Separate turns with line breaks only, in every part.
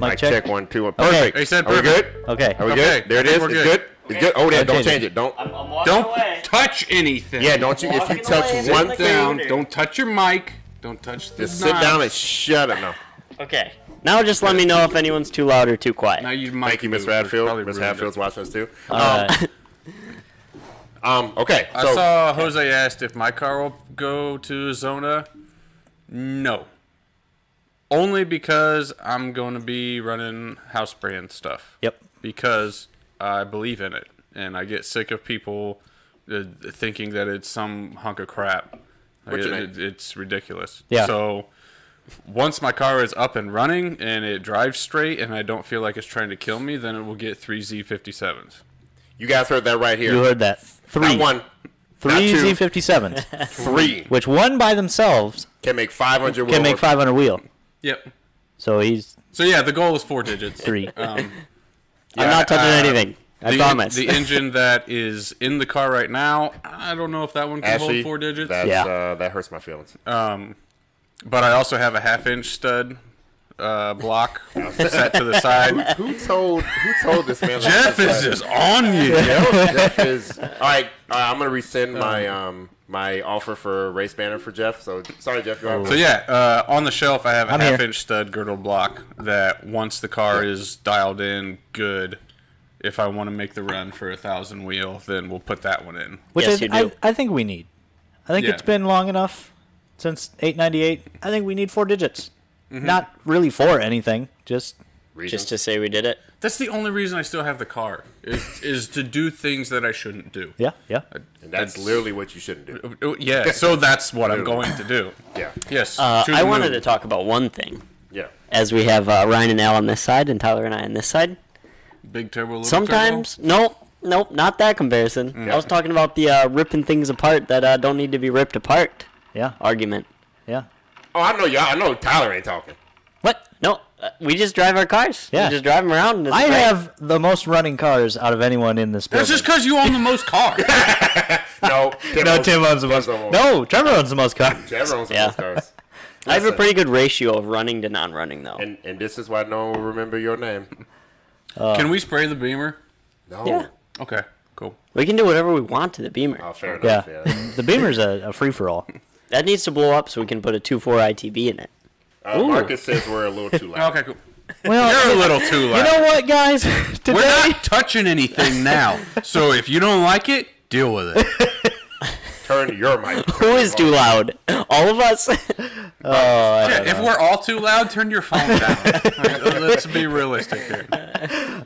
Mic
I
check?
check one, two, one.
Okay.
Perfect.
They
said
Are we
perfect.
good?
Okay.
Are we
Okay,
good? There it
I
is.
think we're
It's
good.
good. It's good. Oh, yeah. Don't change it. Don't.
I'm, I'm walking
Don't
away.
touch anything.
Yeah. Don't you. If you
Walking away,
touch
it's
one
like
thing,
down.
Computer.
Don't touch your mic. Don't touch the
just sit down and shut it. No.
Okay. Now just let me know if anyone's too loud or too
Now
quiet.
you mic.
Thank you, Miss
moved. Probably
Radfield. Miss
ruined it.
Radfield's watching us too.
All right.
Um. Okay.
I
So
saw Jose asked if my car will go to Zona. No. Only because I'm going to be running house brand stuff.
Yep.
Because I believe in it. And I get sick of people uh, thinking that it's some hunk of crap. Like,
Which
it,
it
it- it's ridiculous.
Yeah.
So once my car is up and running and it drives straight and I don't feel like it's trying to kill me, then it will get three Z57s.
you guys heard that right here.
You heard that. Three.
Not one,
Three
not two.
Z57s,
three
which one by themselves
can make 500.
can make 500 wheel.
Yep.
So he's
So yeah, the goal is four digits.
three.
Uh,
Um,
I'm
yeah,
not touching
uh,
anything. I
the,
promise.
The engine that is in the car right now, I don't know if that one can
Ashley,
hold four digits.
That's,
Yeah.
uh, that hurts my feelings.
Um, but I also have a half inch stud uh, block set to the side.
who told Who told this man? that
Jeff is just on you.
Jeff is. All right, all right, I'm gonna rescind my um my offer for race banner for Jeff. So sorry, Jeff. You're
So yeah, uh, on the shelf I have a
I'm here.
half inch stud girdle block that once the car is dialed in good, if I want to make the run for a thousand wheel, then we'll put that one in.
which
Yes,
is,
you
I,
do.
I think we need. I think
Yeah.
it's been long enough since 898. I think we need four digits. Not really for anything, just
Just to say we did it.
That's the only reason I still have the car is is to do things that I shouldn't do.
yeah, yeah.
and that's literally what you shouldn't do.
Oh, Yeah, so that's what I'm going to do.
Yeah,
Yes.
Uh,
to
I
the
wanted
moon.
to talk about one thing.
yeah.
As we have uh, Ryan and Al on this side and Tyler and I on this side.
big turbo. little
Sometimes, nope, nope, not that comparison. I was talking about the uh, ripping things apart that uh, don't need to be ripped apart
Yeah, uh,
argument.
yeah.
Oh, I know y'all. I know Tyler ain't talking.
What? No, uh, we just drive our cars.
Yeah.
We just drive them around. And it's
I
great.
have the most running cars out of anyone in this building.
That's just because you own the most car.
No, Tim
no,
owns-
Tim owns the most.
owns-
No, Trevor owns the most cars.
Trevor owns the
Yeah.
most cars.
I have a
Listen.
pretty good ratio of running to non-running though.
And and this is why no one will remember your name.
Can we spray the beamer?
No.
Yeah.
Okay, cool.
we can do whatever we want to the Beamer.
Oh, fair enough.
Yeah,
yeah.
the Beamer's a, a free for all.
That needs to blow up so we can put a 2.4 ITB in it.
Uh, Marcus says we're a little too loud.
Okay, cool. You're
Well,
a little too
you
loud.
know what, guys?
We're
Today,
not touching anything now. So if you don't like it, deal with it.
Turn your mic.
Who is too loud? All of us.
Yeah, if we're all too loud, turn your phone down. Like, Let's be realistic here.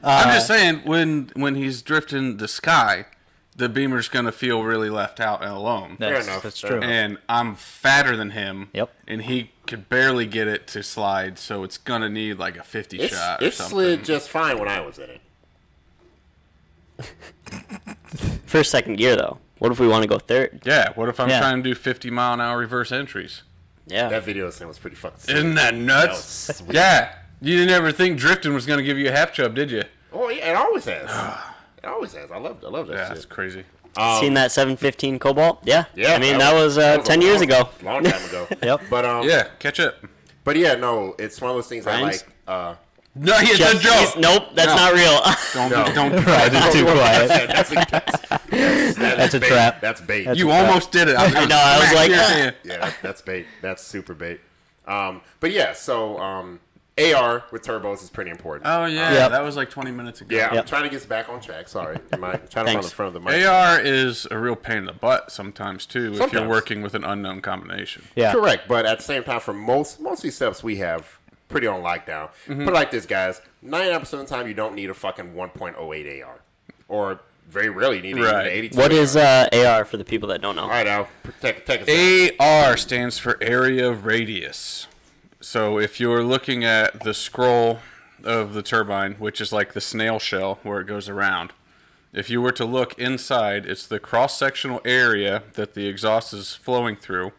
I'm just saying, when when he's drifting the sky, the beamer's gonna feel really left out and alone.
That's-
enough.
That's
Fair
true.
And I'm fatter than him.
Yep.
And he could barely get it to slide, so it's gonna need like a 50
It,
shot or
it
something.
slid just fine when I was in it.
First, second gear though. What if we want to go third?
Yeah. What if I'm
Yeah.
trying to do 50 mile an hour reverse entries?
Yeah.
That video thing was pretty fucking. Sick.
Isn't that
That was
nuts?
sweet.
yeah. You didn't ever think drifting was gonna give you a half chub, did you?
Oh, yeah, it always has. It always has. I love. I love that
Yeah,
shit. Um,
that's crazy.
Seen that 715 Cobalt? Yeah.
Oh. Yeah,
I mean, that was, uh,
that a
10 years
long-
ago.
long time ago.
Yep.
But um,
Yeah, catch up.
But yeah, no, it's one of those things I
Rhymes?
like. Uh,
No, it's a
Jeff,
joke.
he's- nope, that's
No.
not real.
Don't don't.
Right, it's too quiet.
that's a, that's, that's,
That's a
bait.
trap.
That's bait.
That's-
You almost did it. I
know, I was
smack
like,
your
"Ah."
hand.
yeah, that, that's bait. That's super bait. Um, but yeah, so um, AR with turbos is pretty important.
oh yeah,
Yep.
that was like 20 minutes ago.
yeah, I'm
Yep.
trying to get us back on track. Sorry, Am I- I'm trying to find
Thanks.
the front of the mic.
AR is a real pain in the butt sometimes too if you're
Sometimes.
working with an unknown combination.
Yeah.
Correct, but at the same time, for most most of these setups we have pretty on lockdown. Put it like this, guys: ninety nine percent of the time, you don't need a fucking one point oh eight AR, or very rarely you need even
Right.
an eighty two.
what is uh, AR for the people that don't know?
All right, Al, take, take us. out.
AR stands for area radius. So if you're looking at the scroll of the turbine, which is like the snail shell where it goes around, if you were to look inside, it's the cross sectional area that the exhaust is flowing through.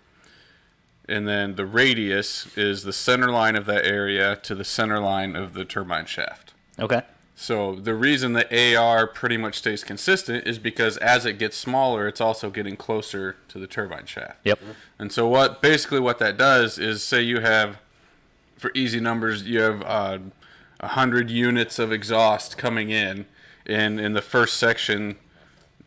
And then the radius is the center line of that area to the center line of the turbine shaft.
Okay.
So the reason that AR pretty much stays consistent is because as it gets smaller, it's also getting closer to the turbine shaft.
Yep.
And so what basically what that does is say you have for easy numbers you have uh, 100 units of exhaust coming in, and in the first section,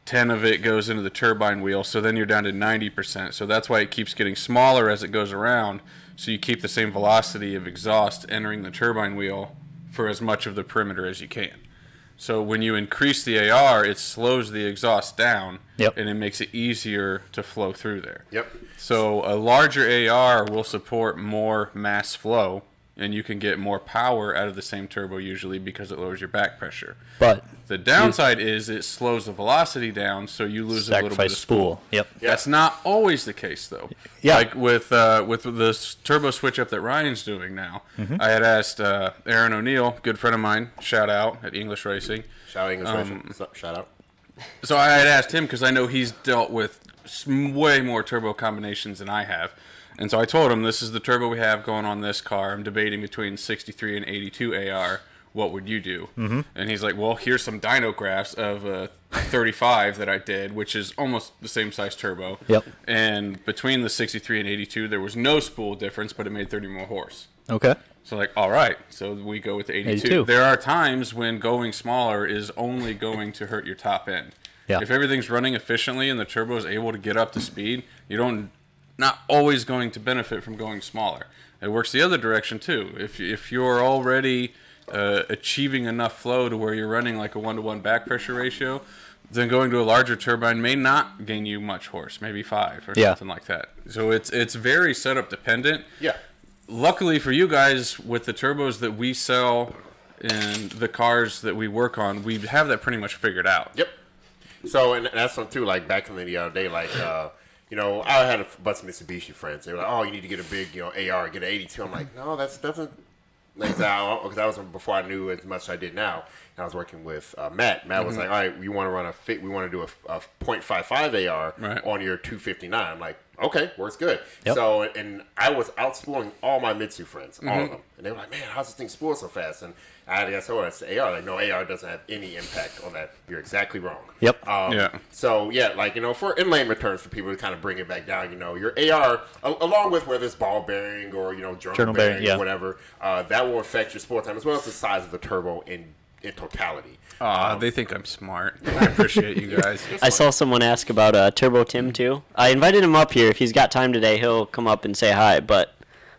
10 of it goes into the turbine wheel, so then you're down to 90%. So that's why it keeps getting smaller as it goes around, so you keep the same velocity of exhaust entering the turbine wheel for as much of the perimeter as you can. So when you increase the AR, it slows the exhaust down,
Yep.
and it makes it easier to flow through there.
Yep.
So a larger AR will support more mass flow, and you can get more power out of the same turbo usually because it lowers your back pressure.
But
The downside is it slows the velocity down, so you lose a little bit
sacrifice
of spool.
spool. Yep.
That's not always the case, though.
Yeah.
Like with uh, with the s- turbo switch up that Ryan's doing now,
Mm-hmm.
I had asked uh, Aaron O'Neill, good friend of mine, shout out at English Racing.
Shout out English Racing. So- Shout out.
So I had asked him because I know he's dealt with s- way more turbo combinations than I have. And so I told him, this is the turbo we have going on this car. I'm debating between 63 and 82 AR. What would you do? Mm-hmm. And he's like, well, here's some dyno graphs of a 35 that I did, which is almost the same size turbo.
Yep.
And between the 63 and 82, there was no spool difference, but it made 30 more horse.
Okay.
So like, all right, so we go with the 82.
82.
There are times when going smaller is only going to hurt your top end.
Yeah.
If everything's running efficiently and the turbo is able to get up to speed, you don't not always going to benefit from going smaller. It works the other direction too. If if you're already uh, achieving enough flow to where you're running like a one to one back pressure ratio, then going to a larger turbine may not gain you much horse, maybe five or
Yeah.
something like that. So it's it's very setup dependent
Yeah.
luckily for you guys with the turbos that we sell and the cars that we work on we have that pretty much figured out
Yep. So and that's something too. Like back in the uh, day, like uh, you know, I had a bunch of Mitsubishi friends. They were like, "Oh, you need to get a big, you know, AR, get an 82." I'm like, "No, that's doesn't." Like that, because that was before I knew as much as I did now. And I was working with uh, Matt. Matt
Mm-hmm.
was like, "All right, we want to run a fit. We want to do a, a 0.55 AR
Right.
on your 259." I'm like, "Okay, works good."
Yep.
So, and I was outspooling all my Mitsu friends,
Mm-hmm.
all of them, and they were like, "Man, how's this thing spool so fast?" And I had to ask, "Oh, it's AR." Like, no, AR doesn't have any impact on that. You're exactly wrong.
Yep.
Um,
Yeah.
So yeah, like you know, for in lane returns for people to kind of bring it back down, you know, your AR a- along with whether it's ball bearing or you know journal,
Journal bearing,
bearing,
yeah.
or whatever, uh, that will affect your sport time as well as the size of the turbo in in totality.
Aw, Uh, they think i'm smart i appreciate you guys
I saw someone ask about uh, Turbo Tim too. I invited him up here. If he's got time today, he'll come up and say hi. But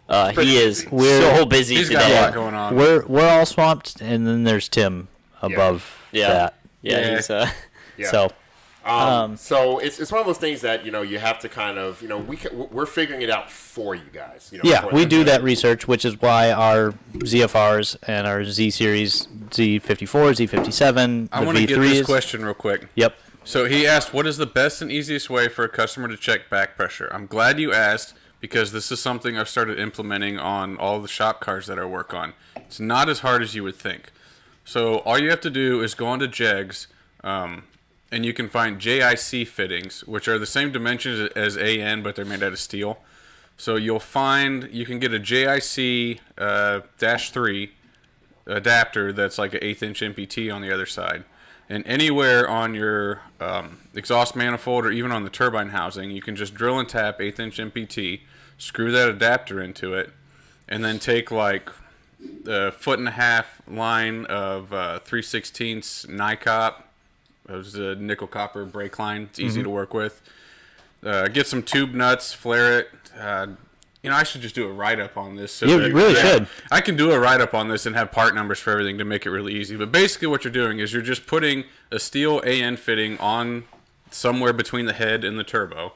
uh,
pretty
he is
busy.
We're-
so busy
he's got
today.
a lot going on
We're we're all swamped, and then there's Tim above
yeah.
that.
yeah,
Yeah.
he's uh,
Yeah.
So
Um, so it's, it's one of those things that you know you have to kind of you know we ca- we're figuring it out for you guys. You know,
yeah,
for
we
them.
do that research, which is why our ZFRs and our Z series, Z54, Z57,
i
the
want to
V3s.
get this question real quick
Yep.
so he asked what is the best and easiest way for a customer to check back pressure i'm glad you asked because this is something i've started implementing on all the shop cars that i work on it's not as hard as you would think So all you have to do is go onto Jegs, um, and you can find JIC fittings, which are the same dimensions as AN, but they're made out of steel. So you'll find you can get a JIC uh, dash three adapter that's like an eighth inch MPT on the other side, and anywhere on your um, exhaust manifold or even on the turbine housing, you can just drill and tap eighth inch MPT, screw that adapter into it, and then take like a foot and a half line of uh, 316ths Nycop. It was a nickel copper brake line. It's
Mm-hmm.
easy to work with. Uh, get some tube nuts, flare it. Uh, you know, I should just do a write up on this. So
You
that-
really should.
I can do a write up on this and have part numbers for everything to make it really easy. But basically, what you're doing is you're just putting a steel AN fitting on somewhere between the head and the turbo.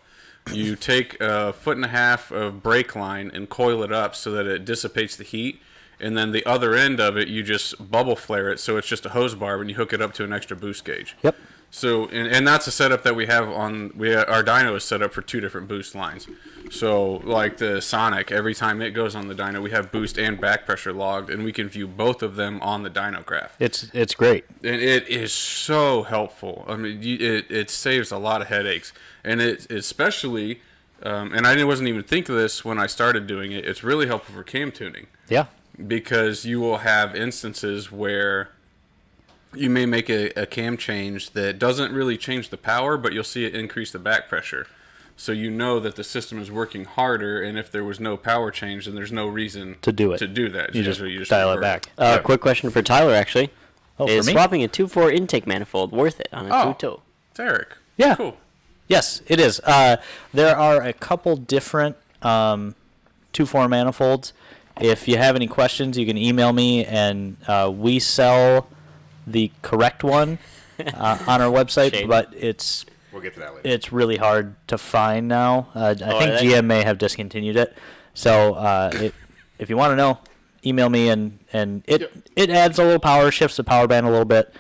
You take a foot and a half of brake line and coil it up so that it dissipates the heat. And then the other end of it, you just bubble flare it so it's just a hose barb and you hook it up to an extra boost gauge.
Yep.
So and, and that's a setup that we have on we our dyno is set up for two different boost lines. So like the Sonic, every time it goes on the dyno, we have boost and back pressure logged, and we can view both of them on the dyno graph.
It's it's great.
And it is so helpful. I mean, you, it, it saves a lot of headaches, and it especially, um, and I didn't- wasn't even think of this when I started doing it. It's really helpful for cam tuning
Yeah.
because you will have instances where you may make a, a cam change that doesn't really change the power, but you'll see it increase the back pressure. So you know that the system is working harder, and if there was no power change, then there's no reason
To do it.
To do that,
You
Yeah,
just
so
dial it
revert.
back.
Uh,
Yeah.
Quick question for Tyler, actually.
Oh, for
is
me?
swapping a 2-4 intake manifold worth it on a
Oh.
2-2?
Derek.
Yeah.
Cool.
Yes, it is. Uh, there are a couple different um, two four manifolds. If you have any questions, you can email me, and uh, we sell the correct one uh, on our website.
Shade.
But it's
We'll get to that later.
it's really hard to find now. Uh, I
are
think
they?
GM may have discontinued it. So uh, it, if you want to know, email me, and and it
Yep.
it adds a little power, shifts the power band a little bit.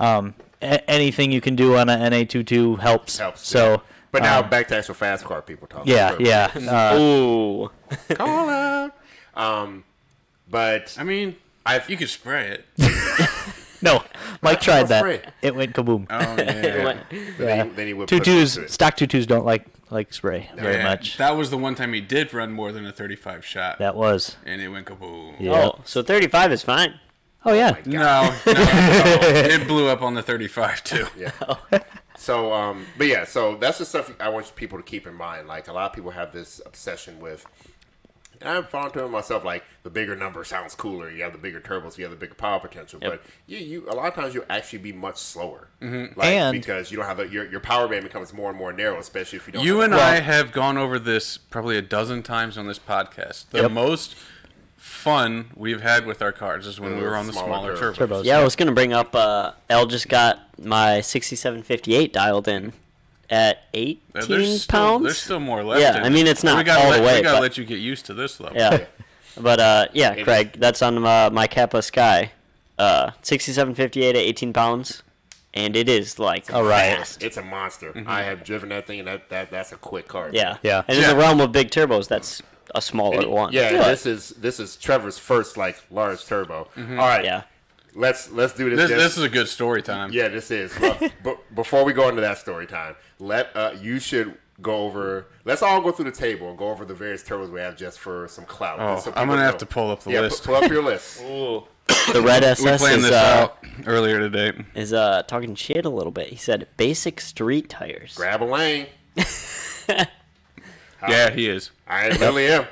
Um, a- anything you can do on a NA22 helps.
Helps.
So.
yeah. but now
um,
back to actual fast car people talking.
Yeah, yeah. Uh,
Ooh.
Call out. Um, but
I mean,
I
you could spray it.
no, Mike tried
afraid.
that. It went kaboom.
Oh yeah.
Uh, then, he, then he would
Two
put it
twos,
to it.
stock two twos don't like like spray very
Yeah.
much.
That was the one time he did run more than a 35 shot,
That was.
and it went kaboom.
Yeah.
Oh, so 35 is fine.
Oh yeah.
No, no, no. it blew up on the 35 too.
Yeah. so, um, but yeah, so that's the stuff I want people to keep in mind. Like a lot of people have this obsession with, and I've fallen to it myself. Like the bigger number sounds cooler. You have the bigger turbos. You have the bigger power potential.
Yep.
But you, you, a lot of times you'll actually be much slower, mm-hmm. like,
And-
because you don't have the, your your power band becomes more and more narrow, especially if you don't.
You
have
and
a-
I have gone over this probably a dozen times on this podcast. The
Yep.
most fun we've had with our cars is when we were on the
Smaller
smaller,
turbos.
turbos.
Turbos.
Yeah, I was going to bring up, uh, L just got my 6758 dialed in at 18
Uh, There's still,
pounds.
there's still more left.
Yeah,
in
I
it.
mean, it's
But
not
we gotta
all
let,
the way,
We gotta
but-
let you get used to this level.
Yeah. But uh, yeah,
is-
Craig, that's on uh, my Kappa Sky, uh, sixty-seven fifty-eight at eighteen pounds, and it is like
All right.
fast.
It's a monster. I have driven that thing, and that, that that's a quick car.
Mm-hmm. Yeah,
Yeah.
And in
Yeah.
the realm of big turbos, that's a smaller one.
Yeah, this is this is Trevor's first like large turbo. All right,
Mm-hmm. yeah.
let's let's do this.
This,
Jeff.
this is a good story time.
Yeah, this is. Well, but before we go into that story time, let uh, you should go over. Let's all go through the table and go over the various turbos we have just for some clout.
Oh,
So
I'm
people
gonna have
know.
to pull up the
yeah, pu-
list.
pull up your list.
The red
we
SS
planned
is
this
uh,
out earlier today.
is uh, talking shit a little bit. He said basic street tires.
Grab a lane.
Yeah, he is.
I really am,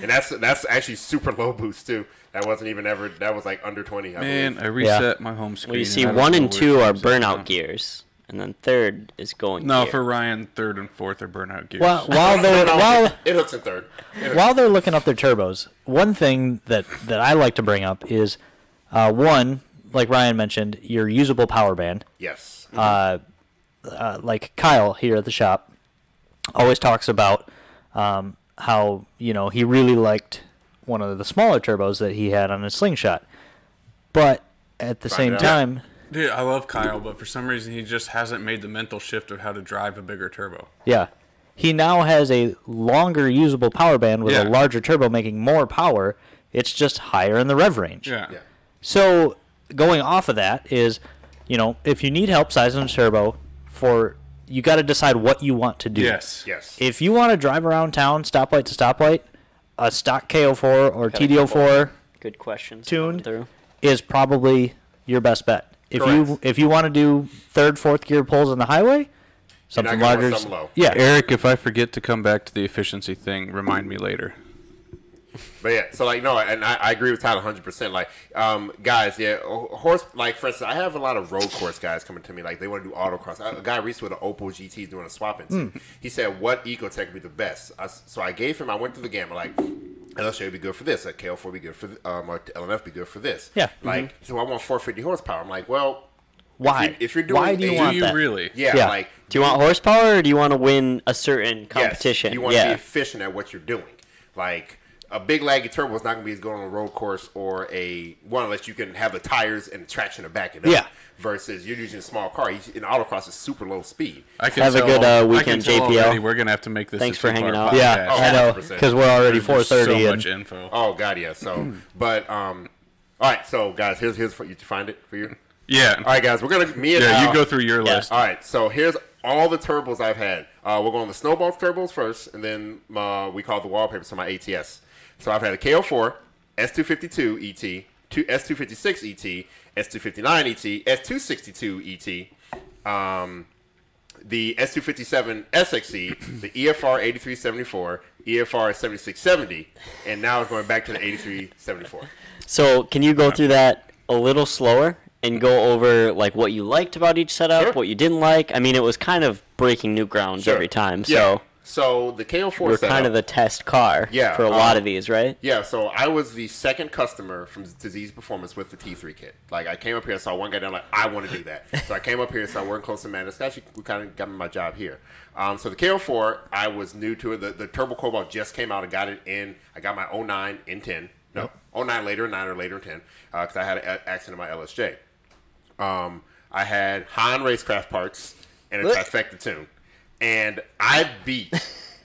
and that's that's actually super low boost too. That wasn't even ever. That was like under twenty. I
Man,
believe.
I reset my home screen.
well, you
and
see,
I don't
one
know
and
which
two are
one's that
burnout
now.
gears, and then third is going.
No,
gear.
for Ryan, third and fourth are burnout gears.
While while they're
No,
while
it hooks in third. It hooks-
while they're looking up their turbos, one thing that that I like to bring up is uh, one like Ryan mentioned, your usable power band.
yes.
uh, like Kyle here at the shop always talks about um, how you know he really liked one of the smaller turbos that he had on his slingshot, but at the same
out.
time,
Dude, I love Kyle, but for some reason he just hasn't made the mental shift of how to drive a bigger turbo.
yeah, he now has a longer usable power band with
Yeah.
a larger turbo, making more power. It's just higher in the rev range.
Yeah.
yeah.
So going off of that is, you know, if you need help sizing a turbo, for you got to decide what you want to do.
Yes.
Yes.
if you want to drive around town stoplight to stoplight, a stock KO4 or
Gotta
TDO4
good questions.
tuned
through.
is probably your best bet. If you
Correct.
if you want to do third fourth gear pulls on the highway, something
gonna want
larger.
something low.
Yeah,
Eric, if I forget to come back to the efficiency thing, remind me later.
But yeah, so like no, and I, I agree with Tyler 100. percent Like, um, guys, yeah, h- horse. Like for instance, I have a lot of road course guys coming to me like they want to do autocross. I, a guy recently with an Opel GT is doing a swap into. He said, "What Ecotech would be the best?" I s so I gave him. I went through the gamut. Like, LSJ would be good for this. A KL4 would be good for th- um, a LNF would be good for this.
Yeah.
Like, so I want 450 horsepower. I'm like, well,
why?
If, you, if you're doing,
why do you
a-
want
Do you
that?
really?
Yeah,
Yeah.
like
Do you want horsepower, or do you want to win a certain
Yes,
competition?
you want to
yeah.
be efficient at what you're doing. Like a big laggy turbo is not going to be as good on a road course or a one unless you can have the tires and the traction to back it up.
Yeah.
Versus you're using a small car. You- In autocross, is super low speed.
I can
Have a
tell-
good, uh,
I can
weekend,
tell
JPL.
already we're gonna have to make this.
Thanks
a
for
two-part
hanging out.
Yeah,
podcast.
I know
100%.
because we're already
There's
four
just
thirty
So
and
much info.
Oh god, yeah. So, but um, all right. So guys, here's here's for you to find it for you.
yeah.
All right, uh, guys, we're gonna me and
Yeah.
Al-
You go through your
Yeah.
list.
All right, so here's all the turbos I've had. Uh, we're going the snowball turbos first, and then uh, we call the wallpaper, so my ATS. So I've had a KO4, S252 ET, E two, E S256 ET, S259 ET, S262 ET, E um, the S257 SXE, E, the EFR 8374, EFR 7670, and now it's going back to the 8374.
So can you go through that a little slower and go over like what you liked about each setup,
Sure.
what you didn't like? I mean, it was kind of breaking new ground
Sure.
every time.
Yeah.
So
So the KO4
you we're
setup-
kind of the test car
Yeah,
for a lot
um,
of these, right?
Yeah, so I was the second customer from Disease Performance with the T3 kit. Like, I came up here and saw one guy down, like, I want to do that. So I came up here and started working close to man. This guy actually kind of got me my job here. Um, so the KO4, I was new to it. The, the Turbo Cobalt just came out. I got it in, I got my 09 in 10. No, 09 later, 9 or later in 10, because I had an a- accident in my LSJ. Um, I had Han Racecraft parts and a
Look.
trifecta tune, and I beat.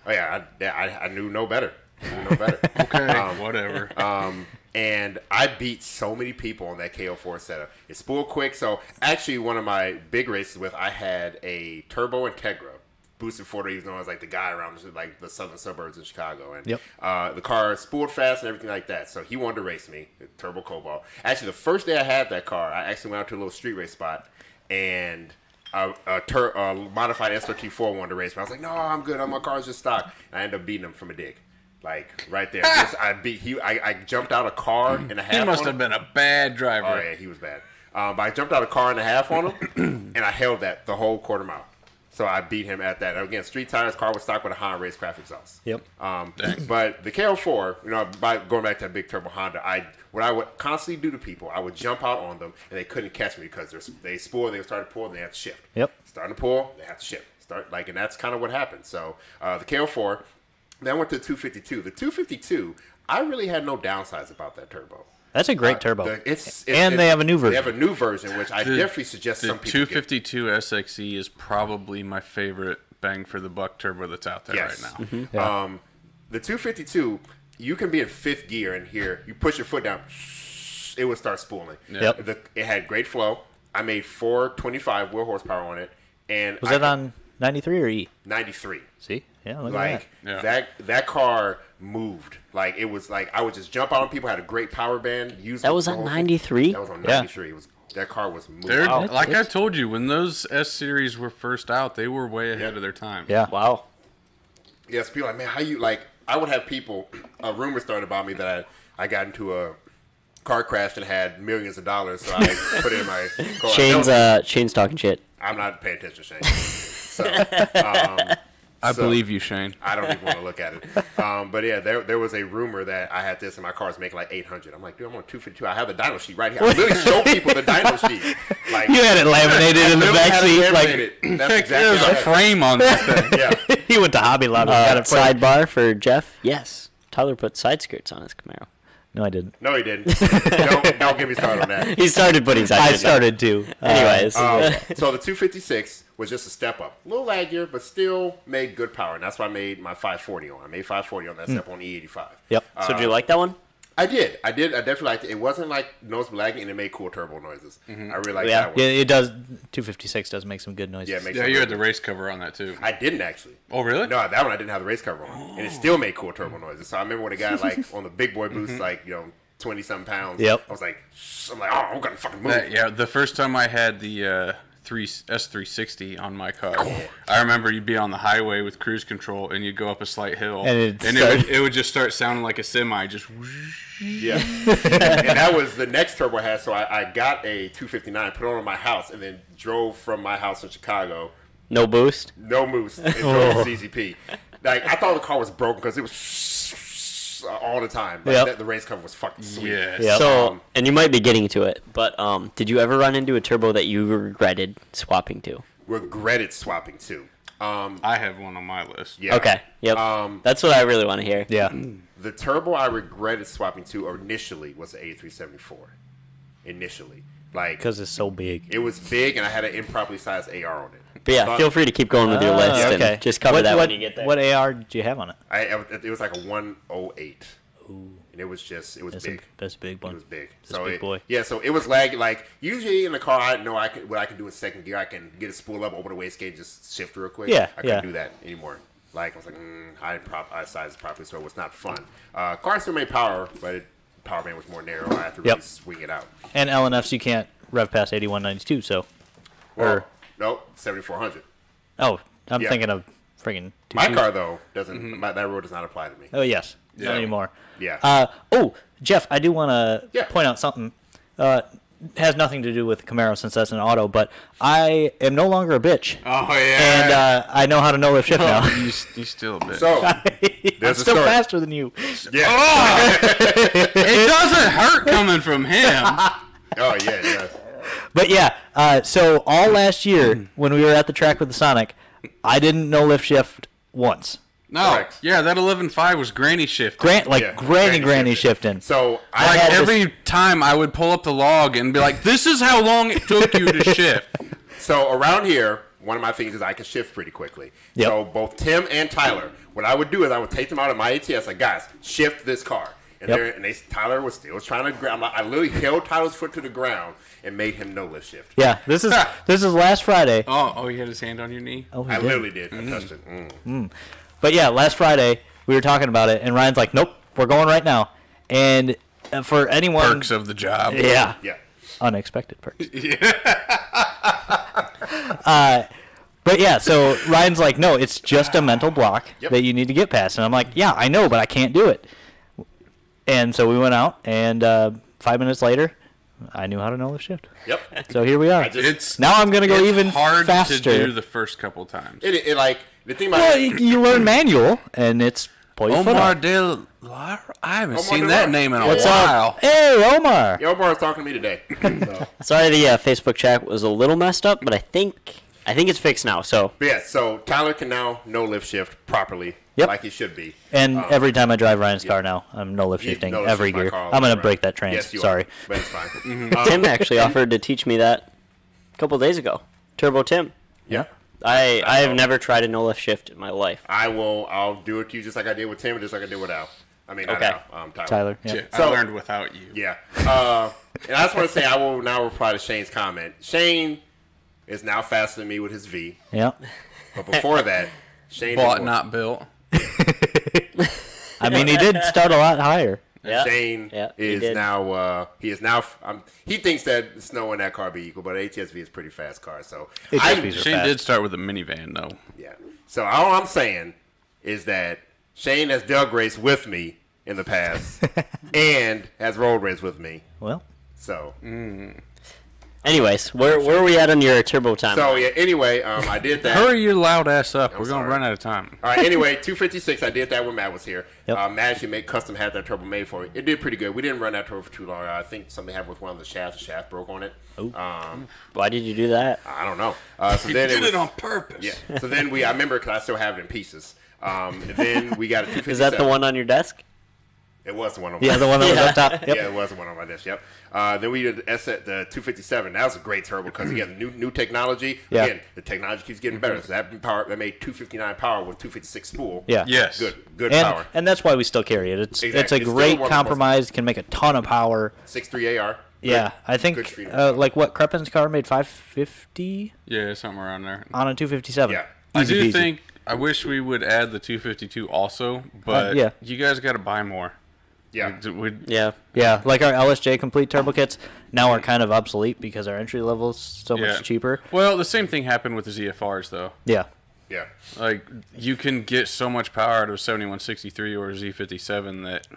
oh yeah, I, yeah, I, I knew no better. I knew no better.
Okay,
Uh,
whatever.
Um, and I beat so many people on that KO4 setup. It's spool quick. So actually, one of my big races with, I had a Turbo Integra boosted Ford, even though I was like the guy around like the southern suburbs in Chicago, and
Yep.
uh, the car spooled fast and everything like that. So he wanted to race me, the Turbo Cobalt. Actually, the first day I had that car, I actually went out to a little street race spot and. A, a, tur- a modified SRT4 wanted to race me. I was like, no, I'm good. My car's just stock. And I ended up beating him from a dig. Like, right there. Just- I beat, he, I, I jumped out a car and a half.
He must
on him.
have been a bad driver.
Oh yeah, he was bad. Um, but I jumped out a car and a half on him, and I held that the whole quarter mile. So I beat him at that. And again, street tires, car was stock with a Honda Racecraft exhaust.
Yep.
Um, but the KL4, you know, by going back to that big turbo Honda, I what I would constantly do to people, I would jump out on them, and they couldn't catch me because they're, they spool, they started to pull, and they had to shift.
Yep.
Starting to pull, they have to shift. Start like, and that's kind of what happened. So uh, the KL4, then I went to 252. The 252, I really had no downsides about that turbo.
That's a great turbo.
Uh, The- it's, it's-
and they
it's-
have a new version.
They have a new version, which I definitely suggest
The
some people get.
252 SXE E is probably my favorite bang for the buck turbo that's out there
Yes.
right now.
Mm-hmm.
Um, the 252, you can be in fifth gear and here you push your foot down, it would start spooling.
Yep.
The, it had great flow. I made 425 wheel horsepower on it, and
was
I
that on 93 or E?
93?
See? Yeah, look at
Like
that.
Yeah.
that that car moved. Like it was like I would just jump out on people. Had a great power band. Used
That
it
was
the
on
whole thing.
93?
That was on
Yeah.
93. It was that car was moving.
They're,
Wow.
Oh.
like I
That's-
told you, when those S series were first out, they were way ahead of their time.
Yeah.
Wow.
Yes, people are like, man, how you like? I would have people a rumor started about me that I, I got into a car crash and had millions of dollars, so I put it in my car.
Shane's
No,
uh, Shane's talking shit.
I'm not paying attention, Shane. So um,
I
So-
believe you, Shane.
I don't even want to look at it. Um, but yeah, there there was a rumor that I had this and my car's making like 800. I'm like, dude, I'm on 252. I have the dyno sheet right here. I literally show people the dyno sheet. Like,
You had it laminated in the
literally
back
had it
seat. Like
laminated. that's
Heck,
exactly
There's
how I
a
had it.
frame on that thing.
Yeah.
he went to Hobby Lobby. and got
Uh,
it framed.
sidebar for Jeff. Yes, Tyler put side skirts on his Camaro.
No, I didn't.
No, he didn't. don't, don't get me started on that.
He started oh. putting side
I
skirts. on.
started to. Uh,
Anyways,
Um, so the 256 was just a step up, a little laggier, but still made good power, and that's why I made my 540 on. I made 540 on that
Hmm.
step on E85.
Yep.
Uh,
so did you like that one?
I did, I did, I definitely liked it. It wasn't like noticeable lagging, and it made cool turbo noises. I really liked
Yeah.
that one.
Mm-hmm. yeah, it does. 256 does make some good noises.
Yeah, it makes
Yeah,
some
you had the
noise.
race cover on that too.
I didn't actually.
Oh, really?
No, that one I didn't have the race cover on, and it still made cool
Oh.
turbo noises. So I remember when it got like on the big boy boost, like you know, twenty something pounds.
Mm-hmm. Yep.
I was like, "Shh," I'm like, oh, I'm gonna fucking move.
That- yeah, the first time I had the uh, three S three sixty on my car, I remember you'd be on the highway with cruise control and you'd go up a slight hill,
And it'd
and
start-
it, would, it would just start sounding like a semi. Just
Yeah. and that was the next turbo I had. So I, I got a 259, put it on my house, and then drove from my house in Chicago,
No boost.
no moose, and drove
Oh.
to CZP. Like, I thought the car was broken because it was all the time. Like,
Yep.
that, the race cover was fucking sweet.
yes,
Yep.
So, and you might be getting to it, but um, did you ever run into a turbo that you regretted swapping to?
Regretted swapping, too. Um,
I have one on my list.
yeah.
Okay. Yep.
Um,
That's what I really want to hear.
Yeah.
The turbo I regretted swapping to initially was the 8374. Initially. Like,
Because it's so big.
it was big, and I had an improperly sized AR on it.
But yeah,
Thought-
feel free to keep going with your list
Ah,
and just cover
what,
that
what,
when you get there.
What AR did you have on it?
I I- it was like a 108. And it was just it was
That's,
big.
A, that's a big
it
one.
was big.
That's a big
it,
boy.
Yeah, so it was lag. Like usually in the car, I know I can what I can do in second gear. I can get a spool up, open the wastegate, and just shift real quick.
Yeah,
I couldn't
yeah.
do that anymore. Like I was like, mm, I didn't prop, I sized it properly, so it was not fun. Uh, car still made power, but it, power band was more narrow. I had to really
Yep.
swing it out.
And LNFs, you can't rev past 8192, so.
Well,
Or-
nope, seventy four hundred.
Oh, I'm
Yeah.
thinking of friggin' two-
My
two-
car though doesn't.
Mm-hmm.
My, that rule does not apply to me.
Oh yes, not
Yeah.
anymore.
Yeah.
Uh, oh, Jeff, I do want to
Yeah.
point out something. Uh, has nothing to do with Camaro since that's an auto, but I am no longer a bitch,
Oh yeah.
and uh, I know how to no lift shift now.
you, s- you still a bitch.
so
uh, I'm
There's a
still
story.
faster than you.
yeah.
Oh! it doesn't hurt coming from him.
Oh yeah. Yes.
But yeah, uh, so all last
Hmm.
year when we were at the track with the Sonic, I didn't no lift shift once.
No.
Correct.
Yeah, that 11.5 was granny shift.
Grant like
Yeah,
granny
granny
granny shifting.
shifting. So I
like
had this-
every time I would pull up the log and be like, this is how long it took you to shift.
So around here, one of my things is I can shift pretty quickly.
Yep.
So both Tim and Tyler, what I would do is I would take them out of my ATS, like guys, shift this car. And,
Yep.
they're and they, Tyler was still trying to grab. I literally held Tyler's foot to the ground and made him no lift shift.
Yeah, this is this is last Friday.
Oh, oh, you had his hand on your knee?
Oh, he
I
did.
literally did. I touched it. Mm.
But yeah, last Friday we were talking about it, and Ryan's like, "Nope, we're going right now." And uh, for anyone,
Perks of the job.
yeah,
Yeah.
unexpected perks. yeah. uh, but yeah, so Ryan's like, "No, it's just a mental block
Yep.
that you need to get past." And I'm like, "Yeah, I know, but I can't do it." And so we went out, and uh, five minutes later, I knew how to know the shift.
Yep.
So here we are.
just-
It's
now I'm gonna go
it's
even
hard
faster.
to do the first couple times.
It, it like the thing about
Well, you, you learn manual, and it's pull your foot
Omar
up.
De La I haven't
Omar
seen
De
that
La-
name in a
What's
up?
while.
Hey, Omar.
Omar was talking to me today. So.
Sorry, the uh, Facebook chat was a little messed up, but I think I think it's fixed now. So
but yeah. So Tyler can now no lift shift properly,
Yep.
like he should be.
And every time I drive Ryan's car now, I'm no lift
You
shifting
no lift
every
shift my
gear.
car all
I'm
the way
gonna
around.
break that trance.
Yes, you
Sorry.
Are, but it's fine. Mm-hmm. Um,
Tim actually offered to teach me that a couple days ago. Turbo Tim.
Yeah.
I I have never tried a no lift shift in my life.
I will. I'll do it to you just like I did with Tim, and just like I did with Al. I mean,
Okay.
not Al, um, Tyler.
Tyler. Yeah.
Yeah, I
So-
learned without you.
Yeah. Uh, and I just want to say I will now reply to Shane's comment. Shane is now faster than me with his V,
Yeah.
but before that, Shane
Bought,
was-
not built.
I mean, he did start a lot higher.
Yeah.
Shane
Yeah, he
is
did.
now uh, he is now um, he thinks that snow and that car be equal, but ATSV is a pretty fast car. So I,
ATSVs are-
Shane
fast.
did start with a minivan, though.
yeah. So all I'm saying is that Shane has dug race with me in the past, and has road race with me.
Well,
So
Anyways, where where are we at on your turbo time?
so yeah. Anyway, um, I did that.
Hurry your loud ass up. We're going
sorry.
to run out of time.
All right. Anyway, 256. I did that when Matt was here.
Yep.
Uh, Matt actually made custom had that turbo made for me. It did pretty good. We didn't run that turbo for too long. I think something happened with one of the shafts. The shaft broke on it.
Oh.
Um,
Why did you do that?
I don't know. Uh, so then it was-
purpose.
Yeah. So then we. I remember because I still have it in pieces. Um, and then we got a 257.
Is that the one on your desk?
It was the one. On my
yeah, the one that was
Yeah.
up top. Yep.
Yeah, it was the one on my desk. Yep. Uh, then we did the S at the 257. That was a great turbo because again, new new technology.
Yeah.
Again, the technology keeps getting better. So that power that made 259 power with 256 spool.
Yeah.
Yes.
Good. Good
And,
power.
and that's why we still carry it. It's
Exactly.
it's a
It's still
great
one of the
compromise. Can make a ton of power.
Six three AR.
yeah, I
good
think
freedom.
uh, like what Crepin's car made 550
Yeah, something around there.
on a 257.
Yeah.
I
Easy
do
peasy. Uh,
think I wish we would add the 252 also, but
yeah.
you guys got to buy more.
Yeah.
D- would-
Yeah.
Yeah, like our LSJ complete turbo kits now are kind of obsolete because our entry level is so
yeah.
much cheaper.
Well, the same thing happened with the ZFRs though.
Yeah.
Yeah.
Like you can get so much power out of a 7163 or a Z57 that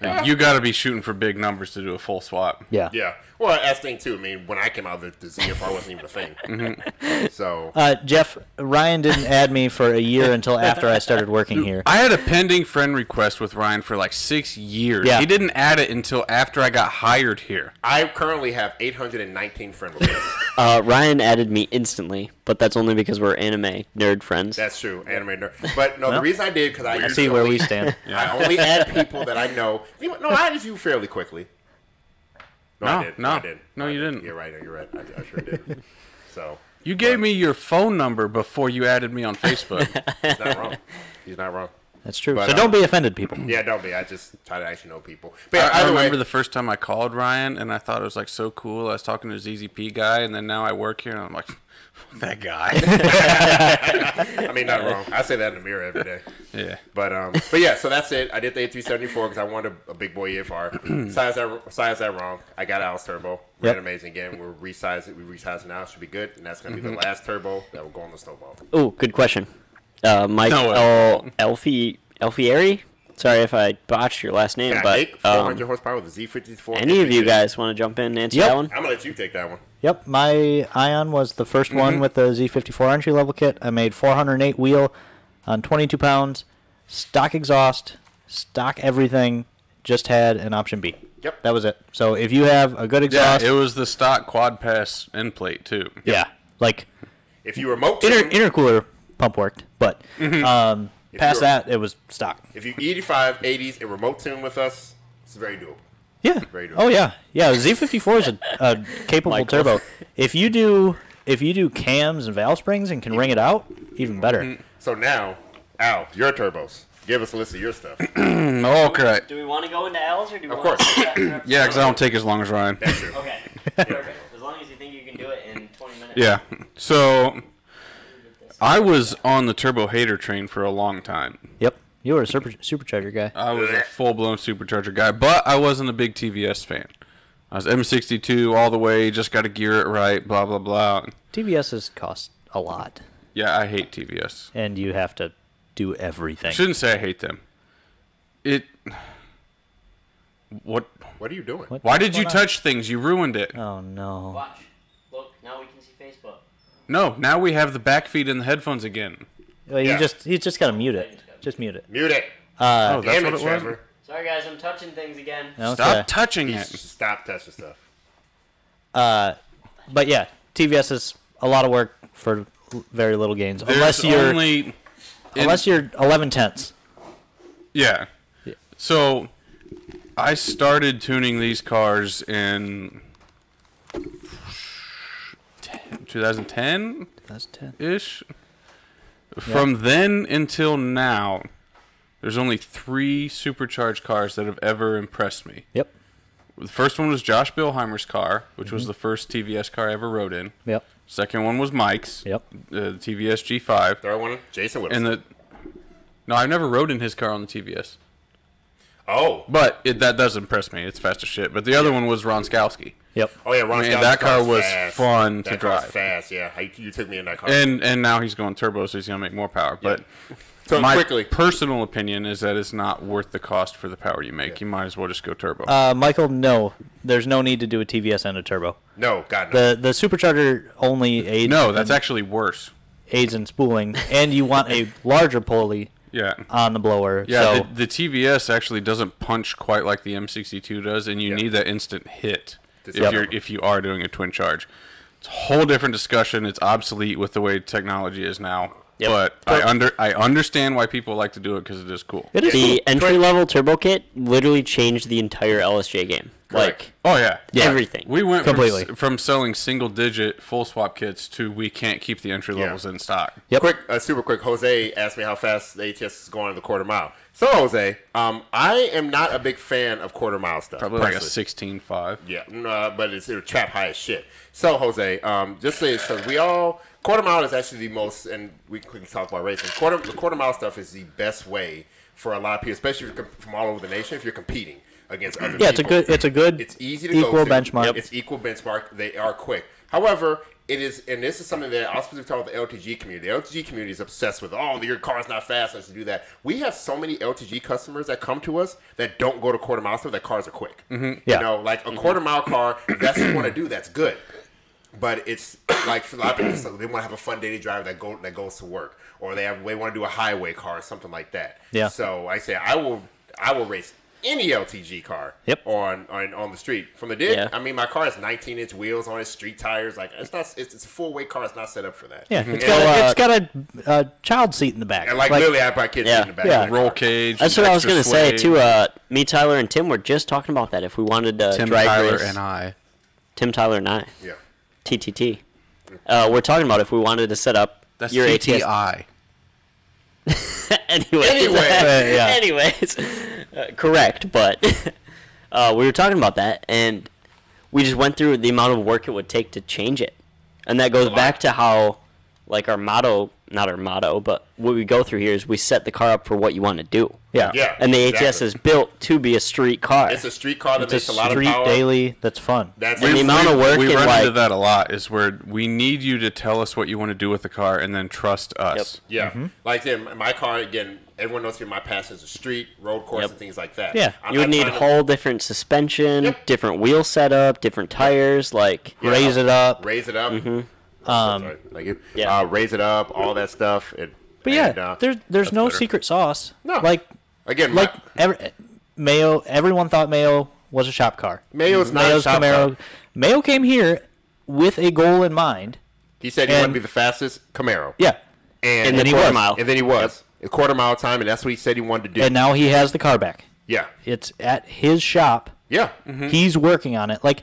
like, you got to be shooting for big numbers to do a full swap.
Yeah.
Yeah. Well, that's the thing too. I mean, when I came out, the, the ZFR wasn't even a thing. so
Uh, Jeff, Ryan didn't add me for a year until after I started working here.
I had a pending friend request with Ryan for like six years.
Yeah.
He didn't add it until after I got hired here.
I currently have 819 friend requests.
Uh, Ryan added me instantly, but that's only because we're anime nerd friends.
That's true, anime nerd. But no, the reason I did because I,
I see where we stand.
I only add people that I know. You know what? No, I added you fairly quickly.
No, no. No, you
I
didn't.
You're right. You're right. I, I sure did. So
You gave me your phone number before you added me on Facebook.
he's not wrong. He's not wrong.
That's true.
But,
so
uh,
don't be offended, people.
Yeah, don't be. I just try to actually know people. But
I, I
either
remember
way,
the first time I called Ryan, and I thought it was like so cool. I was talking to a ZZP guy, and then now I work here, and I'm like, that guy.
I mean, not wrong. I say that in the mirror every day.
yeah.
But um, but yeah, so that's it. I did the A374 because I wanted a, a big boy EFR. size that size that wrong. I got Al's turbo. Ran
Yep.
amazing again. We're resizing. We resizing now. Should be good. And that's gonna be the last turbo that will go on the snowball.
Oh, good question. Uh, Mike
No way.
El- Elfi Elfieri. Sorry if I botched your last name,
And I
but
think 400
um,
horsepower with a Z54.
any of you guys want to jump in and answer
Yep.
that one?
I'm gonna let you take that one.
Yep, my Ion was the 1st one with the Z54 entry level kit. I made 408 wheel on 22 pounds, stock exhaust, stock everything. Just had an option B.
Yep.
that was it. So if you have a good
Yeah,
exhaust,
it was the stock quad pass end plate too.
yeah, like
If you remote,
inter- intercooler pump worked, but um, past
you're-
that it was stock.
if you E85 80s and remote tune with us, it's very doable.
Yeah.
Very doable.
Oh yeah, yeah. Z54 is a, a capable
Michael.
turbo. If you do if you do cams and valve springs and can ring it out, even better.
So now, Al, your turbos. Give us a list of your stuff.
Oh, correct.
Do we want to go into L's or do we
Of wanna course.
Yeah, because I don't take as long as Ryan.
Okay. Perfect. As long as you think you can do it in 20 minutes.
Yeah. So I was on the turbo hater train for a long time.
Yep. You were a super supercharger guy.
I was a full blown supercharger guy, but I wasn't a big TVS fan. I was M62 all the way, just got to gear it right, blah, blah, blah.
TVSs cost a lot,
Yeah, I hate TVS.
and you have to do everything.
Shouldn't say I hate them. It. What?
What are you doing?
What?
Why did you
Why not?
touch things? You ruined it.
oh no.
Watch. Look, now we can see Facebook.
No, now we have the back feed and the headphones again.
Well, you
Yeah.
just you just gotta mute it. Just mute it.
Mute it.
oh,
Uh,
that's
Damn
what
it,
it was.
Trevor.
Sorry, guys, I'm touching things again.
okay.
Stop touching it.
Stop touching stuff.
But yeah, TVS is a lot of work for l- very little gains,
There's
unless you're
only
unless you're eleven tenths.
Yeah. So I started tuning these cars in 2010
That's ten.
ish. From then until now, there's only three supercharged cars that have ever impressed me.
Yep.
The first one was Josh Billheimer's car, which was the first TVS car I ever rode in.
Yep.
Second one was Mike's.
Yep.
uh, The TVS G5.
Third one, Jason Wilson.
And the no, I've never rode in his car on the TVS,
oh,
but it, that does impress me. It's fast as shit. But the other one was Ronskowski,
Yep.
oh yeah, Ron.
Man,
Scott's
that car
car's
was
fast.
fun
That
to
car's
drive.
Fast, yeah. I, you took me in that car.
and and now he's going turbo, so he's gonna make more power. But
so
my
quickly,
personal opinion is that it's not worth the cost for the power you make. You might as well just go turbo.
Uh, Michael, no, there's no need to do a TVS and a turbo.
no, God, no.
The the supercharger only aids
no, that's
in,
actually worse.
aids in spooling, and you want a larger pulley
Yeah.
on the blower.
Yeah,
so
the, the TVS actually doesn't punch quite like the M62 does, and you
Yeah.
need that instant hit if
Yep.
you're if you are doing a twin charge. It's a whole different discussion. It's obsolete with the way technology is now.
Yep.
But I under I understand why people like to do it because it is cool.
it is cool.
The entry level turbo kit literally changed the entire LSJ game.
Correct.
Like
Oh yeah,
everything.
We went from
Completely.
s- from selling single digit full swap kits to we can't keep the entry levels in stock.
quick, uh, super quick. Jose asked me how fast the ATS is going in the quarter mile. So Jose, um, I am not a big fan of quarter mile stuff.
Probably like a
personally.
sixteen five.
Yeah, no, but it's it'll trap high as shit. So Jose, um, just say so we all quarter mile is actually the most, and we can talk about racing. Quarter the quarter mile stuff is the best way for a lot of people, especially if you're com- from all over the nation, if you're competing against other.
yeah, it's a
people.
good it's a good
It's easy to
equal
go to.
benchmark.
It's equal benchmark. They are quick. However, it is, and this is something that I was supposed to talk about the LTG community. The LTG community is obsessed with, oh, your car's not fast, let's do that. We have so many LTG customers that come to us that don't go to quarter mile stuff. That cars are quick.
Mm-hmm. Yeah.
You know, like a quarter mile car. If that's what you want to do. That's good. But it's like for a lot of people, so they want to have a fun daily driver that go that goes to work, or they have they want to do a highway car or something like that.
Yeah.
So I say I will I will race any LTG car
Yep.
on on on the street from the dig.
Yeah.
I mean, my car has 19 inch wheels on it, street tires. Like it's not it's, it's a full weight car. It's not set up for that.
yeah, it's
and,
got a,
uh,
it's got a, a child seat in the back.
Mm-hmm. and like, literally, I have my kids
Yeah.
in the back.
Yeah.
of the
Roll
car.
cage.
That's what I was
extra
gonna say
suede.
too. Uh, me, Tyler, and Tim were just talking about that. If we wanted to
Tim
drag
Tyler
race,
and I.
Tim Tyler and I,
Yeah.
TTT, uh, we're talking about if we wanted to set up
That's
your
TTI.
ATS anyways,
Anyway.
Yeah.
anyways, uh, correct. But uh, we were talking about that, and we just went through the amount of work it would take to change it, and that goes back to how, like our motto, not our motto, but what we go through here is we set the car up for what you want to do.
Yeah.
Yeah.
And the ATS
exactly.
is built to be a street car.
It's a street car that
It's a
makes a lot of
street
power.
daily that's fun.
That's
And the amount of work
we
and
run
like,
into that a lot is where we need you to tell us what you want to do with the car and then trust us.
Yeah.
Mm-hmm.
Like in my car, again, everyone knows here my passion is the street, road course,
Yep.
and things like that.
Yeah.
I'm
you would
not
need
trying to
whole different suspension,
Yep.
different wheel setup, different tires, like
Yeah.
Raise it up.
Raise it up. Oh,
Um,
Sorry, like it,
yeah.
uh, raise it up, all that stuff. And,
But yeah,
and, uh,
there's there's no
better.
secret sauce.
No.
Like
again,
like
like
every, Mayo. Everyone thought Mayo was a shop car.
Mayo's not a
Mayo's
shop
Camaro.
car.
Mayo came here with a goal in mind.
he said he wanted
and-
to be the fastest Camaro.
Yeah,
and,
in the
And he
quarter
was.
mile.
and then he was a quarter mile time, and that's what he said he wanted to do.
and now he has the car back.
yeah,
It's at his shop.
yeah,
He's working on it. Like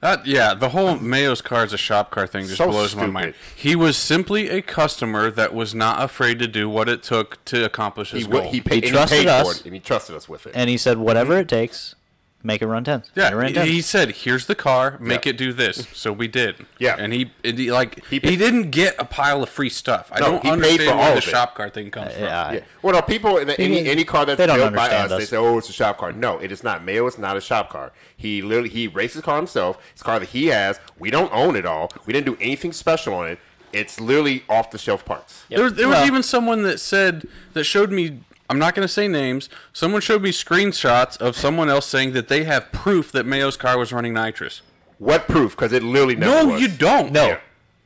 That, yeah, the whole Mayo's car is a shop car thing just
So
blows
stupid.
my mind. He was simply a customer that was not afraid to do what it took to accomplish
He,
his
wa-
goal.
he, paid, and he
trusted
paid
us.
for it, and he trusted us with it.
and he said, whatever
Mm-hmm.
it takes, make it run tens. It
yeah,
ran
he,
tens.
he said, "Here's the car, make
Yeah.
it do this." So we did.
Yeah.
and he, and he like he,
paid-
didn't get a pile of free stuff. I
No,
don't
he paid
understand
for
where
all
the
of it. Uh,
shop car thing comes from.
yeah.
Yeah. Well, no, people any
mean,
any car that's
they don't
built by
understand
us, they
us.
say, "Oh, it's a shop car." No, it is not. Mayo is not a shop car. He literally he raced his car himself. It's a car that he has. We don't own it all. We didn't do anything special on it. It's literally off the shelf parts.
There, was, there was
Well-
even someone that said that showed me. I'm not going to say names. Someone showed me screenshots of someone else saying that they have proof that Mayo's car was running nitrous.
What proof? Because it literally never
No,
was.
you don't.
No,
Yeah.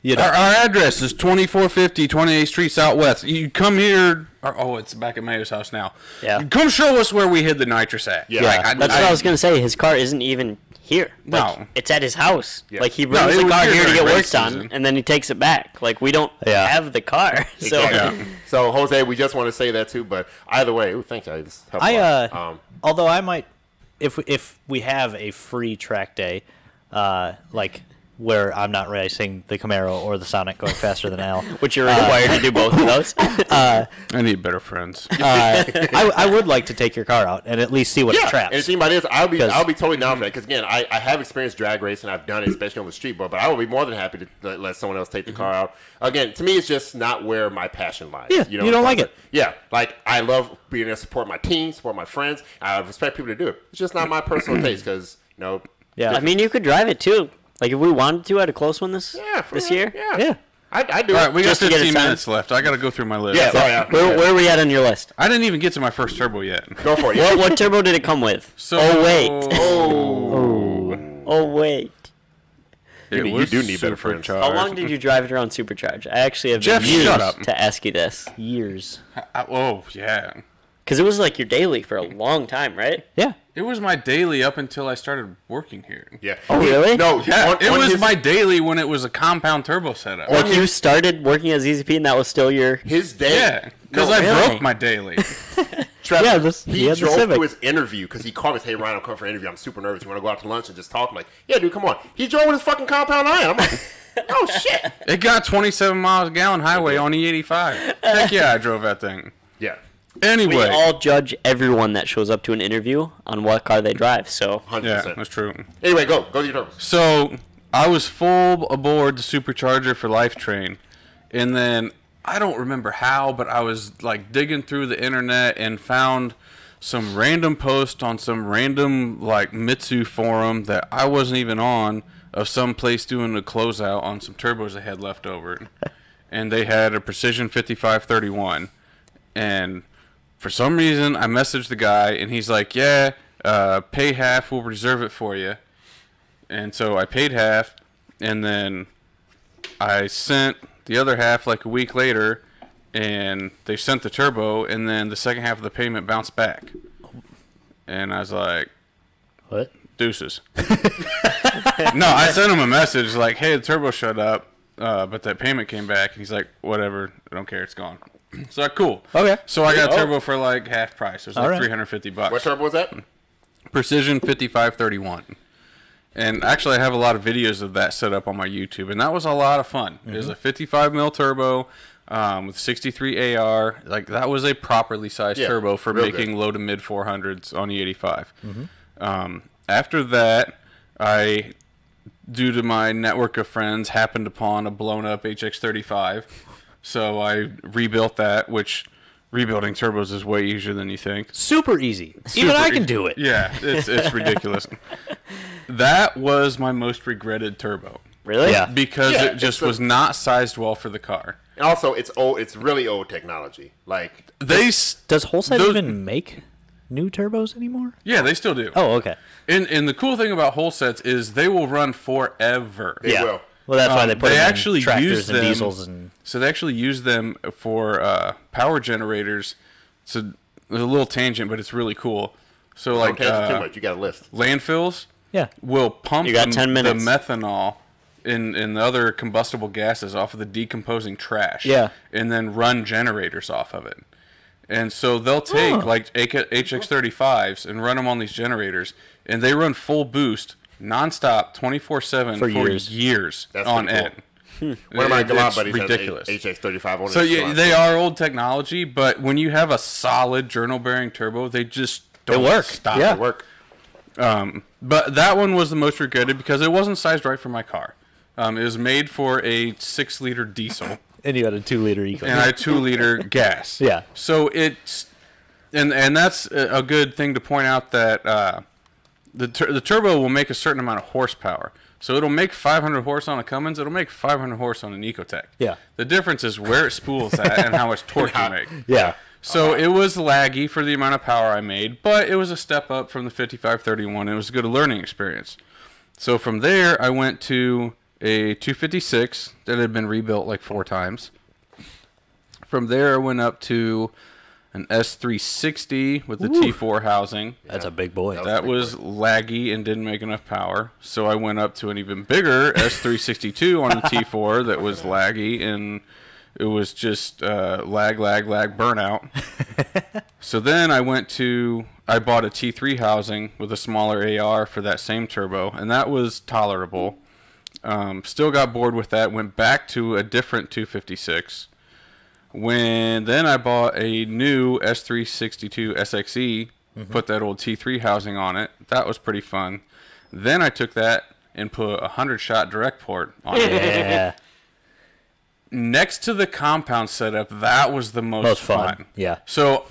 you
Our,
don't.
our address is 2450 28th Street Southwest. You come here. Or, oh, it's back at Mayo's house now.
Yeah.
You come show us where we hid the nitrous at.
Yeah.
Like, I,
That's
I,
what I was gonna say. His car isn't even here. Like,
No.
it's at his house.
Yeah.
Like he
No,
brings
it
the
was
car
here
here to
during
get
race
worked on,
season.
and then he takes it back. Like we don't
Yeah.
have the car, so
Exactly. so Jose, we just want to say that too. But either way, ooh, thank you. This helped
I
a
uh,
lot. um,
although I might, if if we have a free track day, uh, like where I'm not racing the Camaro or the Sonic going faster than Al,
which you're required to do both of those.
I need better friends.
uh, I, I would like to take your car out and at least see what
yeah.
it traps.
And the thing about it is, I'll be
'Cause-
I'll be totally down for that. Because again, I, I have experienced drag racing. I've done it, especially on the street. But but I would be more than happy to let, let someone else
Mm-hmm.
take the car out. Again, to me, it's just not where my passion lies.
Yeah, you
what
don't
I'm
like
saying?
it.
Yeah, like I love being able to support my team, support my friends. I respect people to do it. It's just not my personal taste. Because you know,
yeah,
I mean, you could drive it too. Like if we wanted to at a close one this
yeah, for
this
real,
year.
yeah,
Yeah.
I, I do.
All right, we
Just to
got
get it
15
signed.
minutes left. I got to go through my list.
yeah, sorry, I-
Where, where are we at on your list?
I didn't even get to my first turbo yet.
go for it.
What, what turbo did it come with?
So,
oh wait, oh wait.
It
need- you
was
do need better friends.
supercharged.
How long did you drive it around supercharge? I actually have
Jeff,
been years
shut up.
to ask you this
years.
I- oh yeah,
because it was like your daily for a long time, right?
Yeah,
it was my daily up until I started working here.
Yeah.
Oh really?
No,
Yeah,
on-
it
on
was
his-
my daily when it was a compound turbo setup.
Like you started working as EZP, and that was still your
his day.
yeah, because
No,
I
really?
broke my daily.
Trevor,
Yeah, this-
he
he had the
drove
Civic.
to his interview because he called me. Hey, Ryan, I'm coming for an interview. I'm super nervous. You want to go out to lunch and just talk? I'm like, yeah, dude, come on. He drove with his fucking compound iron. I'm like, oh shit.
it got 27 miles a gallon highway on E85. Heck yeah, I drove that thing.
Yeah,
Anyway,
We all judge everyone that shows up to an interview on what car they drive. So
hundred
yeah, that's
percent.
true.
Anyway, go go to your turtles.
So I was full aboard the supercharger for Life Train, and then I don't remember how, but I was like digging through the internet and found some random post on some random like Mitsu forum that I wasn't even on of some place doing a closeout on some turbos they had left over, and they had a Precision 5531, and for some reason I messaged the guy and he's like, yeah. Uh, pay half, we'll reserve it for you and so I paid half, and then I sent the other half like a week later, and they sent the turbo, and then the second half of the payment bounced back, and I was like,
what?
deuces. no, I sent him a message like, hey, the turbo shut up, uh, but that payment came back, and he's like, whatever, I don't care, it's gone. So like, cool.
Okay.
So I got a turbo for like half price. It was like
Alright.
350 bucks.
What turbo was that?
Precision 5531. And actually, I have a
Mm-hmm.
lot of videos of that set up on my YouTube, and that was a lot of fun. It was a 55 mil turbo. um, with 63 AR. Like that was a properly sized
Yeah,
turbo for
real
making
good. Mm-hmm.
low to mid 400s on E85. Um, after that, I, due to my network of friends, happened upon a blown up HX35. So I rebuilt that, which rebuilding turbos is way easier than you think.
Super easy. Even I can
easy.
do it.
Yeah, it's it's ridiculous. that was my most regretted turbo
Really?
Yeah.
because
Yeah,
it just
it's a-
was not sized well for the car.
And also, it's old. It's really old technology. Like
They s-
Does Holstein
Those-
even make new turbos anymore?
yeah, they still do.
Oh, okay.
And and the cool thing about whole sets is they will run forever.
They
yeah.
will.
Well, that's why
Um,
they put
they
them in
actually
tractors
use
and
them-
diesels and
So they actually use them for uh, power generators. So there's a little tangent, but it's really cool. So
don't
like
tangent too
uh,
much. You got a list.
landfills,
yeah.
will pump
You got
the,
10 minutes.
the methanol and, and the other combustible gases off of the decomposing trash.
Yeah.
And then run generators off of it. And so they'll take like AK HX35s and run them on these generators, and they run full boost nonstop, 24 7
For
for years,
years.
That's
on
pretty
end.
cool. One of my
It-
Galad
it's
buddies
ridiculous.
has a HX35 on
So
his
yeah,
Galad.
they are old technology, but when you have a solid journal bearing turbo, they just don't
work.
Stop Um,
Yeah.
work.
But that one was the most regretted because it wasn't sized right for my car. Um, it was made for a six liter diesel
And you had a two liter eco.
and a two liter gas.
Yeah.
So it's and and that's a a good thing to point out that uh, the tur- the turbo will make a certain amount of horsepower. So it'll make 500 horse on a Cummins. It'll make 500 horse on an Ecotec.
Yeah.
The difference is where it spools at and how much torque you make.
yeah.
So it was laggy for the amount of power I made, but it was a step up from the 5531. It was a good learning experience. So from there, I went to a 256 that had been rebuilt like four times. From there, I went up to an S360 with the T4 housing.
That's a big boy.
That was laggy and didn't make enough power. So I went up to an even bigger S362 on the T4 that was laggy and it was just uh, lag, lag, lag, burnout. so then I went to, I bought a T3 housing with a smaller AR for that same turbo, and that was tolerable. Um, still got bored with that, went back to a different 256. When then I bought a new S362 SXE, E, put that old T3 housing on it. That was pretty fun. Then I took that and put a 100 shot direct port on it.
yeah.
Next to the compound setup, that was the most,
Most
fun.
fun. Yeah.
So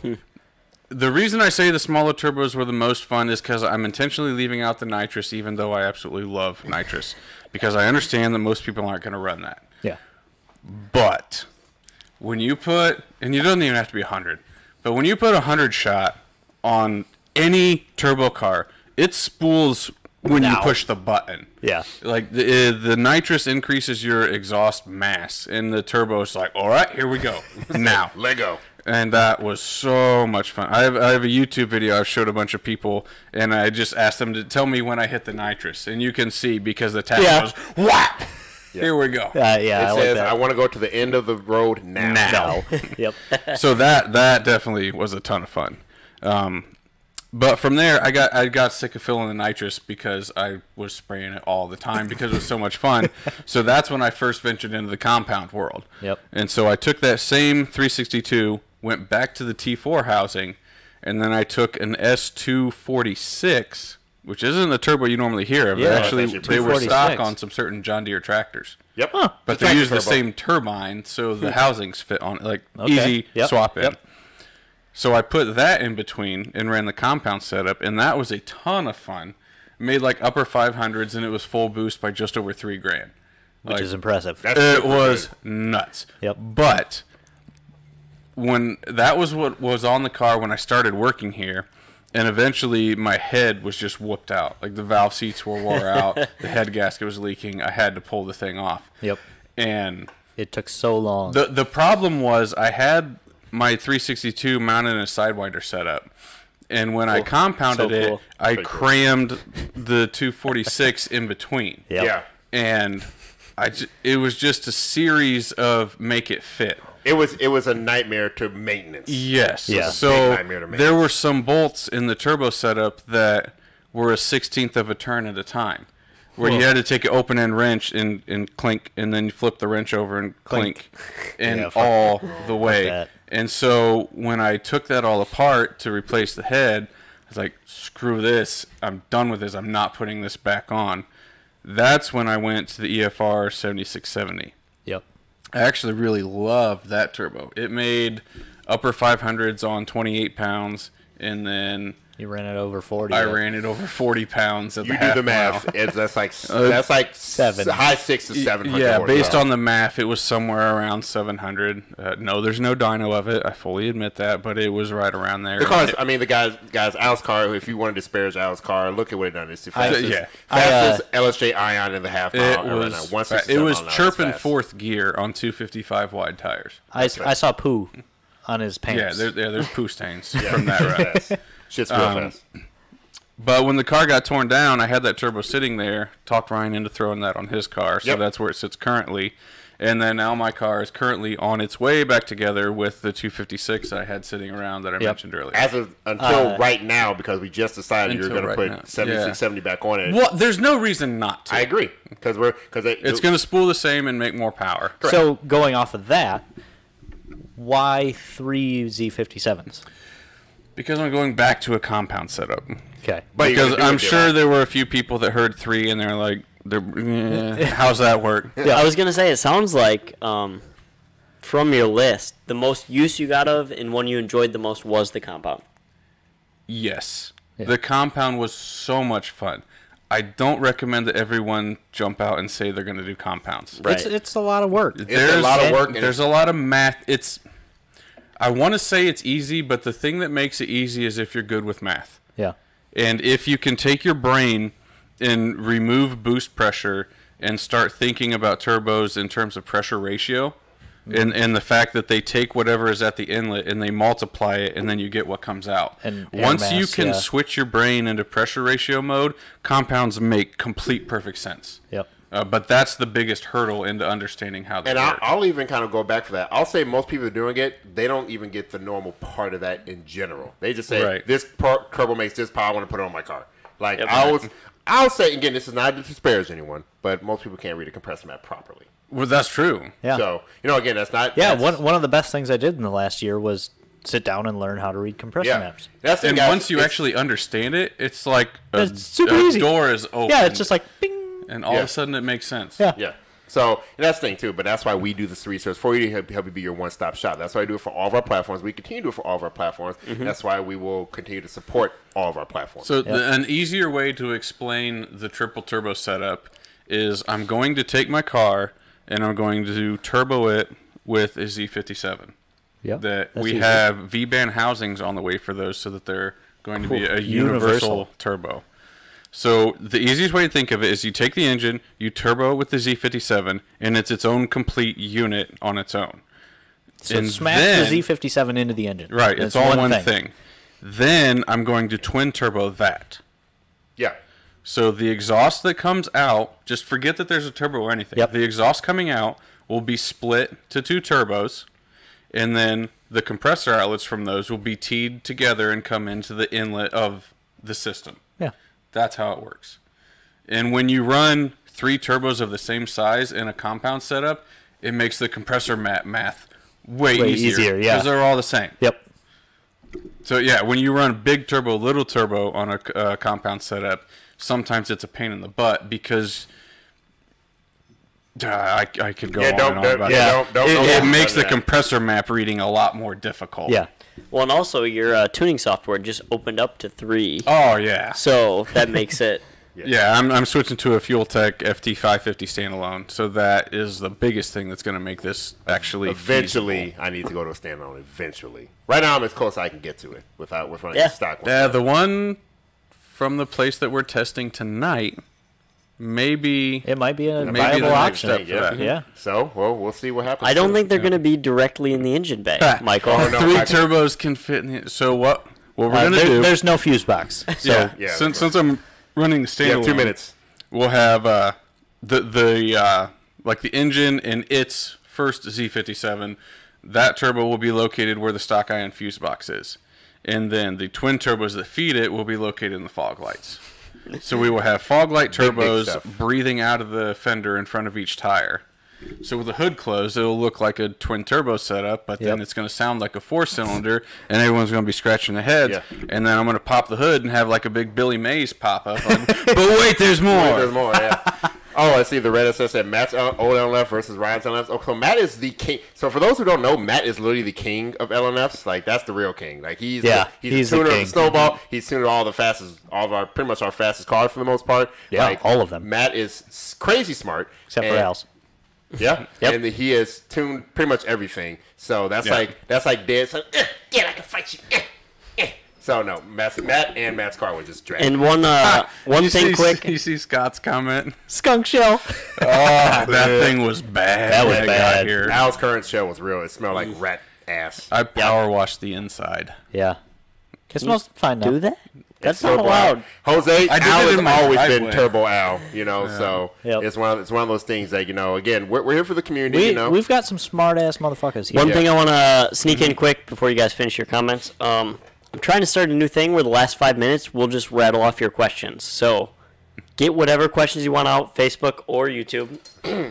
the reason I say the smaller turbos were the most fun is because I'm intentionally leaving out the nitrous, even though I absolutely love nitrous, because I understand that most people aren't going to run that.
Yeah.
But when you put, and you don't even have to be 100, but when you put a 100 shot on any turbo car, it spools when you
Now.
push the button.
Yeah.
Like the, uh, the nitrous increases your exhaust mass, and the turbo is like, all right, here we go. now.
Lego.
And that was so much fun. I have, I have a YouTube video I've showed a bunch of people, and I just asked them to tell me when I hit the nitrous. And you can see because the tap
Yeah.
goes, whap! Here we go.
Uh, yeah.
It
I like
says,
that.
"I want to go to the end of the road now."
Now.
yep.
so that that definitely was a ton of fun. Um, but from there, I got I got sick of filling the nitrous because I was spraying it all the time because it was so much fun. so that's when I first ventured into the compound world.
Yep.
And so I took that same 362, went back to the T4 housing, and then I took an S246, which isn't the turbo you normally hear of.
Yeah, it's
actually,
actually
they were stock
246.
on some certain John Deere tractors.
Yep.
But
Just
they
like
use the
turbo.
same turbine, so the housings fit on it. Like
Hmm. Okay.
easy
Yep.
swap in.
Yep.
So I put that in between and ran the compound setup, and that was a ton of fun. Made like upper 500s, and it was full boost by just over three grand.
Which is impressive.
That's
It
super
was
good.
nuts.
Yep.
But when that was what was on the car when I started working here, and eventually my head was just whooped out. Like the valve seats were wore out, the head gasket was leaking. I had to pull the thing off.
Yep.
And
It took so long.
the the problem was I had my 362 mounted in a sidewinder setup, and when I compounded
So
it,
cool.
I
Pretty cool.
crammed the 246 in between.
Yep.
Yeah.
And I ju- it was just a series of make it fit.
It was it was a nightmare to maintenance.
Yes.
Yeah.
So
Big nightmare to make.
there were some bolts in the turbo setup that were a sixteenth of a turn at a time. where you had to take an open end wrench and, and clink, and then you flip the wrench over and clink, and
Yeah, fuck
all the way.
that.
And so when I took that all apart to replace the head, I was like, screw this. I'm done with this. I'm not putting this back on. That's when I went to the E EFR 7670.
Yep.
I actually really loved that turbo. It made upper 500s on 28 pounds, and then
You ran it over 40.
I
yeah.
ran it over 40 pounds at
You
the
do
half
the math.
mile.
It's, that's like that's like
Seven.
s- high six to seven hundred.
Uh, Yeah, based on the math, it was somewhere around 700. Uh, no, there's no dyno of it. I fully admit that, but it was right around there.
the cars.
It-
I mean, the guys, guys, Al's car. If you want to disparage Al's car, look at what it done. It's the
I-
fastest,
yeah. uh,
fastest LSJ Ion in the half mile.
it
I ran a
was, fa-
167
it was
mile an hour. It's
chirping
fast.
fourth gear on 255 wide tires.
I, s- I saw poo on his
Yeah,
pants.
there, there, there's poo stains from that Um, ride.
Fast. Shit's real fast.
But when the car got torn down, I had that turbo sitting there, talked Ryan into throwing that on his car. So
Yep.
that's where it sits currently. And then now my car is currently on its way back together with the 256 I had sitting around that I mentioned earlier.
As of until right now, because we just decided you're
uh, until
going
right
to
now.
put seventy
Yeah.
six seventy back on it.
well, there's no reason not to.
I agree because we're because
it's going to spool the same and make more power.
so going off of that, why three Z57s?
Because I'm going back to a compound setup.
Okay.
But you're gonna
Because
do it
I'm sure
different.
there were a few people that heard three and they're like, they're, "Eh, how's that work?
I was gonna say it sounds like um, from your list, the most use you got of and one you enjoyed the most was the compound.
Yes. The compound was so much fun. I don't recommend that everyone jump out and say they're going to do compounds.
It's, it's a lot of work.
There's
lot of work and
There's a lot of math. It's I want to say it's easy, but the thing that makes it easy is if you're good with math.
yeah.
And if you can take your brain and remove boost pressure and start thinking about turbos in terms of pressure ratio
Mm-hmm.
and, and the fact that they take whatever is at the inlet and they multiply it and then you get what comes out.
And air
Once you
mass,
can
yeah.
switch your brain into pressure ratio mode, compounds make complete perfect sense.
Yep.
Uh, but that's the biggest hurdle into understanding how they
And I,
work.
I'll even kind of go back for that. I'll say most people doing it, they don't even get the normal part of that in general. They just say
Right.
this par- turbo makes this power. I want to put it on my car. Like I was, I'll say again, this is not to disparage anyone, but most people can't read a compressor map properly.
well, that's true.
Yeah.
So you know, again, that's not.
yeah.
that's-
One, one of the best things I did in the last year was sit down and learn how to read compression
yeah.
maps.
That's the
And
guys-
once you
it's-
actually understand it, it's like a,
It's super
a
easy.
door is open.
Yeah. It's just like, bing.
and all
Yeah.
of a sudden it makes sense.
Yeah.
Yeah. So and that's the thing too, but that's why we do this research for you to help, help you be your one stop shop. That's why I do it for all of our platforms. We continue to do it for all of our platforms. That's why we will continue to support all of our platforms.
Mm-hmm. So the, an easier way to explain the triple turbo setup is I'm going to take my car and I'm going to turbo it with a Z57.
Yep.
That
That's
we
easy.
have V band housings on the way for those, so that they're going to be
Cool.
a
Universal.
universal turbo. So the easiest way to think of it is you take the engine, you turbo with the Z57, and it's its own complete unit on its own.
So
and
smash
then-
the Z57 into the engine.
Right, it's,
That's
all one thing. Then I'm going to twin turbo that.
yeah.
So the exhaust that comes out, just forget that there's a turbo or anything.
Yep.
The exhaust coming out will be split to two turbos, and then the compressor outlets from those will be teed together and come into the inlet of the system.
Yeah.
That's how it works. And when you run three turbos of the same size in a compound setup, it makes the compressor mat math way,
Way
easier.
easier, yeah.
Because they're all the same.
Yep.
So yeah, when you run big turbo, little turbo on a uh, compound setup, sometimes it's a pain in the butt because uh, I, I could go
Yeah,
on
don't-
and on
don't-
about
yeah,
it.
don't- don't-
it,
don't
it
worry
makes the
about that.
compressor map reading a lot more difficult.
Yeah.
Well, and also your uh, tuning software just opened up to three,
Oh yeah.
so that makes it.
Yeah, I'm, I'm switching to a Fuel Tech FT550 standalone. So that is the biggest thing that's going to make this actually
Eventually I need to go to a standalone eventually. Right now I'm as close as I can get to it without with running
Yeah.
stock one.
Yeah, the one from the place that we're testing tonight, maybe
It might be a
Maybe
viable
the next
option.
step for that.
Yeah.
So well we'll see what happens.
I don't
to
think they're gonna be directly in the engine bay,
Ah.
Michael.
Oh, no.
three
I-
turbos can fit in. The, so what? What we're
Uh,
gonna
there-
do?
There's no fuse box. So
yeah,
Yeah,
since
we're-
since I'm running the
it.
standalone,
You have two minutes.
We'll have uh, the the uh, like the engine and its first Z57. That turbo will be located where the stock ion fuse box is, and then the twin turbos that feed it will be located in the fog lights. So we will have fog light
Big, big
turbos
stuff.
breathing out of the fender in front of each tire. So with the hood closed, it'll look like a twin turbo setup, but then
Yep.
it's going to sound like a four cylinder, and everyone's going to be scratching their heads.
Yeah.
And then I'm going to pop the hood and have like a big Billy Mays pop up. Like, but wait, there's more.
There's more, yeah. Oh, I see the red SS said Matt's uh, old LNF versus Ryan's LNFs. Oh, so Matt is the king. So for those who don't know, Matt is literally the king of LNFs. Like that's the real king. Like he's
Yeah,
the, he's,
he's
the
the
tuner
king.
of the snowball. He's tuning all the fastest, all of our pretty much our fastest cars for the most part.
Yeah,
Like,
all of them.
Matt is s- crazy smart,
except for
and-
Al's.
Yeah,
Yep.
and he has tuned pretty much everything. So that's
Yeah.
like that's like dead. So, eh, yeah, I can fight you. Eh, eh. So no, Matt's, Matt and Matt's car was just dragged.
And one uh, one
Ah, You
thing
see-
quick.
You see Scott's comment?
Skunk shell.
Ah, that thing was bad.
That was
when it Got
bad.
here.
Al's current shell was real. It smelled like rat ass.
I power washed the inside.
yeah. It smells fine now.
Do that? That's not
Turbo
allowed.
Al. Jose,
I did
Al
it
has
in my
always been
driveway.
Turbo Al, you know. So
Yep.
it's one of, it's one of those things that you know. Again, we're, we're here for the community,
We,
you know.
We've got some smart ass motherfuckers here.
One thing I want to sneak
Mm-hmm.
in quick before you guys finish your comments. Um, I'm trying to start a new thing where the last five minutes we'll just rattle off your questions. So get whatever questions you want out, Facebook or YouTube,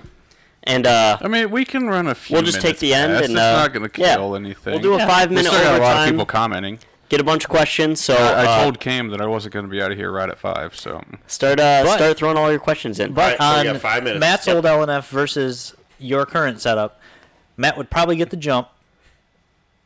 and uh,
I mean, we can run a few.
We'll just take
minutes
the end
past.
and,
it's
uh,
not going to
yeah.
kill anything.
we'll do a
Yeah.
five
We
minute
still got a lot of
overtime.
people commenting.
Get a bunch of questions. So
I, I
uh,
told Cam that I wasn't going to be out of here right at five. So
start uh,
But-
start throwing all your questions in.
But
uh,
All right, so we
on
got five minutes.
Matt's
Yep.
old LNF versus your current setup, Matt would probably get the jump,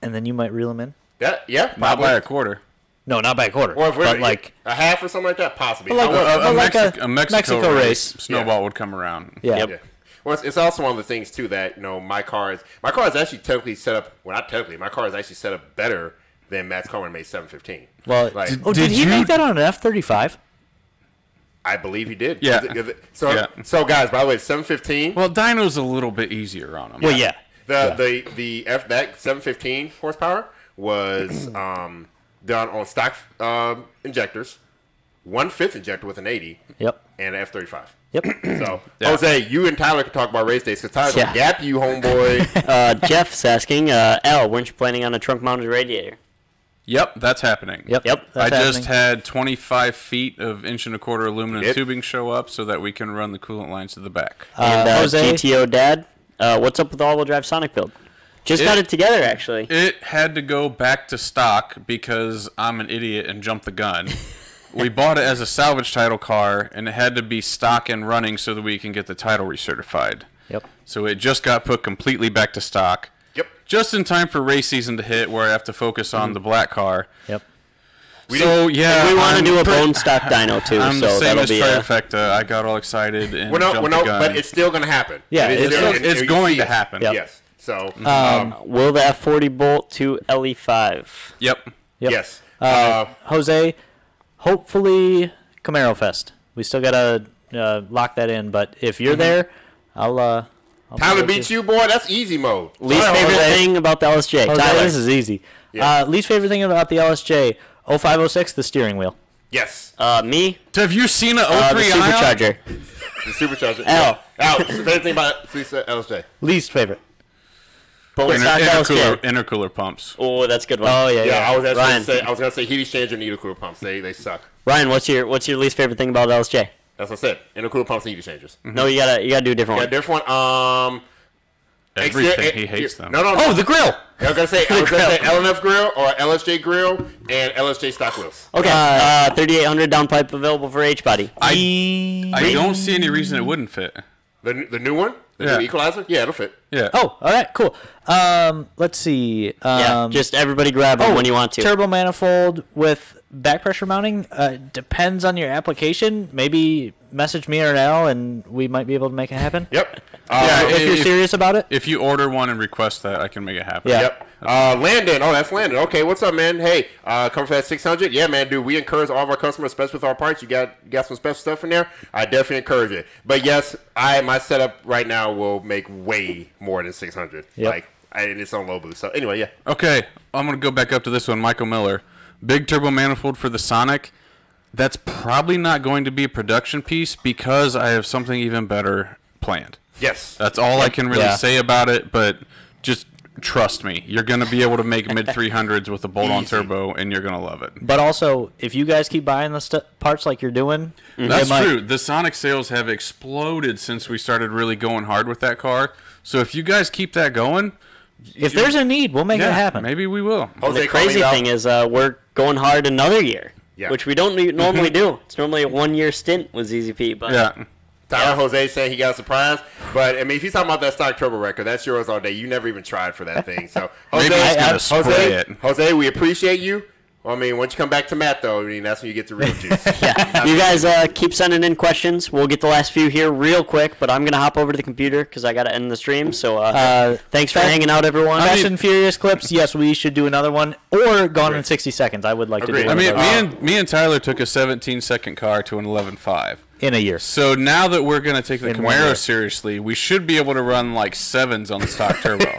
and then you might reel him in.
yeah, yeah,
not
probably.
by a quarter.
No, not by a quarter,
or if we're
but like
a half or something like that, possibly.
But like
I would-
a-
A,
Well, like
Mexi-
a
a Mexico,
Mexico
race,
race.
snowball would come around.
yeah,
Yep.
yeah. Well, it's, it's also one of the things too that you know my car is my car is actually technically set up. Well, not technically, my car is actually set up better than Matt's car when it made seven fifteen.
Well,
Like-
oh, did,
Did
he
you-
make that on an F thirty five?
I believe he did.
Yeah.
Is it- is it- So
Yeah.
so guys, by the way, seven fifteen.
Well, Dino's a little bit easier on him.
Well, yeah,
The the the F that 715 horsepower was um, done on stock um, injectors, one fifth injector with an 80,
yep,
and an F35.
yep.
So
Yeah.
Jose, you and Tyler can talk about race days because Tyler's
Yeah.
gonna gap you, homeboy.
Uh, Jeff's asking, uh, Al, weren't you planning on a trunk mounted radiator?
Yep, that's happening.
Yep,
Yep.
that's
I just
happening.
had 25 feet of inch and a quarter aluminum
Yep.
tubing show up so that we can run the coolant lines to the back.
and uh,
Jose?
GTO Dad, uh, what's up with all wheel drive Sonic build? Just got it together actually.
It had to go back to stock because I'm an idiot and jumped the gun. we bought it as a salvage title car, and it had to be stock and running so that we can get the title recertified.
Yep.
So it just got put completely back to stock,
yep.
just in time for race season to hit, where I have to focus
Mm.
on the black car.
Yep.
so yeah,
we want to
I'm
do a
pre-
bone stock dyno too,
I'm the
so
same
that'll
as
be a,
trifecta. I got all excited and
We're not,
jumped
we're
the
not,
gun.
but it's still gonna happen.
Yeah,
It is
it's-
still-
it's,
and-
it's
and you
going
see
to
it.
happen.
Yep.
Yes. So
Uh, um, will the F40 bolt to E LE5.
Yep.
Yep.
yes. Uh,
Jose, hopefully Camaro Fest. We still gotta uh, lock that in, but if you're there, I'll. Uh, I'll be
Tyler
with
beats you, boy. That's easy mode.
Least
Sorry,
favorite
Jose.
thing about the LSJ,
Jose,
Tyler.
this is easy.
Yeah.
Uh, least favorite thing about the LSJ 0506, the steering wheel.
Yes.
uh, me,
Have you seen an 03
uh, the
Ion?
supercharger.
The supercharger.
Al.
Al. Favorite thing about LSJ.
Least favorite.
Bone
Inter-
stock
intercooler,
LSJ.
intercooler pumps.
Oh, that's a good one. Oh
Yeah, I was actually
Ryan.
gonna say I was gonna say heat exchanger and needle cooler pumps. They they suck.
Ryan, what's your what's your least favorite thing about the LSJ?
That's what I said. Intercooler pumps and heat exchangers.
Mhm.
No, you gotta you gotta do a different
Mm-hmm. Yeah,
one.
different one. Um,
Everything
exterior-
he hates them.
No, no. no.
Oh, the grill.
I was gonna say I was gonna say
grill.
LNF grill or LSJ grill and LSJ stock wheels.
Okay. Uh, 3800 downpipe available for H body.
I, I don't see any reason it wouldn't fit.
The the new one, the
Yeah.
new equalizer. Yeah, it'll fit.
Yeah.
Oh, all right, cool. Um, let's see. Um,
yeah, just everybody grab it
oh,
when you want to.
Turbo manifold with back pressure mounting uh, depends on your application. Maybe message me or now, and we might be able to make it happen.
Yep.
Yeah,
Uh,
If you're
If-
serious about it,
If you order one and request that, I can make it happen.
Yeah.
Yep. Uh, Landon. Oh, that's Landon. Okay, what's up, man? Hey, uh, come for that 600? Yeah, man, dude. We encourage all of our customers, especially with our parts. You got you got some special stuff in there. I definitely encourage it. But yes, I my setup right now will make way more than 600.
Yep.
Like, I, and it's on low boost. So anyway, yeah.
Okay, I'm gonna go back up to this one, Michael Miller. Big turbo manifold for the Sonic. That's probably not going to be a production piece because I have something even better planned.
Yes.
That's all I can really
Yeah.
say about it, but just Trust me, you're gonna be able to make mid 300s with a bolt-on turbo, and you're gonna love it.
But also, if you guys keep buying the stu parts like you're doing,
That's
it might-
true. The Sonic sales have exploded since we started really going hard with that car. So if you guys keep that going,
If there's a need, we'll make it
yeah,
happen.
maybe we will.
Jose
The crazy
Comigo.
thing is, uh, we're going hard another year,
Yeah.
which we don't ne- normally do. It's normally a one-year stint with ZZP, but
Yeah.
Tyler Jose saying he got a surprise, but I mean, if he's talking about that stock turbo record, that's yours all day. You never even tried for that thing. So Jose, uh,
Maybe he's
I- I-
gonna spray
Jose,
it.
Jose, we appreciate you. Well, I mean, once you come back to Matt, though, I mean, that's when you get the real juice.
yeah. You guys uh, keep sending in questions. We'll get the last few here real quick, but I'm gonna hop over to the computer because I gotta end the stream. So uh,
Uh,
thanks for
fa-
hanging out, everyone.
Fast and Furious clips, yes, we should do another one. Or Gone in 60 Seconds. I would like
Agreed.
to do
I
one of
mean,
those
me and me and Tyler took a 17 second car to an 11.5.
in a year.
So now that we're gonna take the
In one year.
Camaro seriously, we should be able to run like sevens on the stock turbo.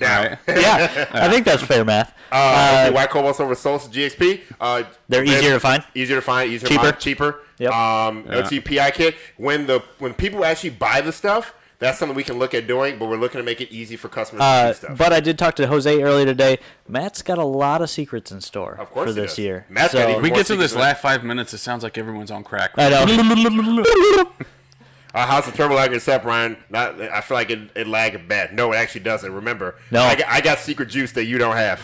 Now,
yeah, I think that's fair math.
uh, White Cobalt over Solstice GXP. Uh,
They're
very-
easier to find.
Easier to find. Easier
Cheaper.
to find. Cheaper.
Yep.
Um,
Yeah.
LTPI kit. When the when people actually buy the stuff, that's something we can look at doing. But we're looking to make it easy for customers to
Uh,
do stuff.
but I did talk to Jose earlier today. Matt's got a lot of secrets in store
Of course
for
he
this
does.
year.
Matt's got
so,
even-
we get to this
More
last five minutes, it sounds like everyone's on crack.
I know.
Uh, how's the turbo lagging up, Ryan? Not, I feel like it, it lagged bad. No, it actually doesn't. Remember,
No.
I, got- I got secret juice that you don't have,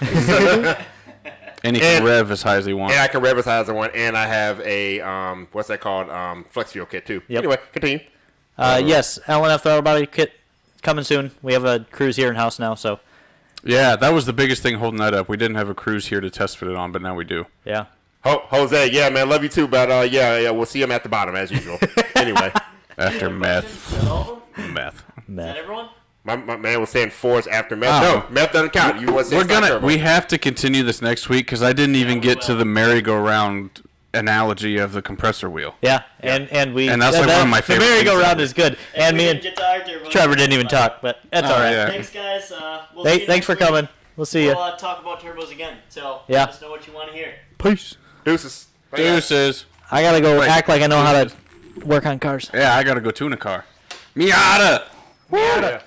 And he can
And-
rev as high as he wants.
and I can revisize one, and I have a um, what's that called? Um, flex fuel kit too.
Yep.
Anyway, continue.
uh, yes, LNF throttle body kit coming soon. We have a cruise here in house now, so
Yeah, that was the biggest thing holding that up. We didn't have a cruise here to test fit it on, but now we do.
yeah.
Ho- Jose, yeah, man, love you too, but uh, yeah, yeah, we'll see him at the bottom as usual. anyway,
After meth. Meth.
Matt.
everyone?
my, my man was saying fours after meth.
Oh.
No, meth doesn't count. You want to say
We're
stock
gonna.
turbo.
We have to continue this next week because I didn't even get to the merry-go-round analogy of the compressor wheel.
Yeah, and and we
And that's,
that-
like, one of
that-
my favorite
The
things
merry-go-round
ever.
is good, and me and Trevor didn't even talk, but that's all right.
Oh, yeah.
Thanks, guys. Uh, we'll see
Hey,
you
thanks
next
for
week.
coming. We'll see you.
We'll uh, talk about turbos again. So
Yeah.
let us know what you want to hear.
Peace.
deuces.
Deuces.
I gotta go
Right.
act like I know how to work on cars.
Yeah, I gotta go tune a car. Miata.
Yeah.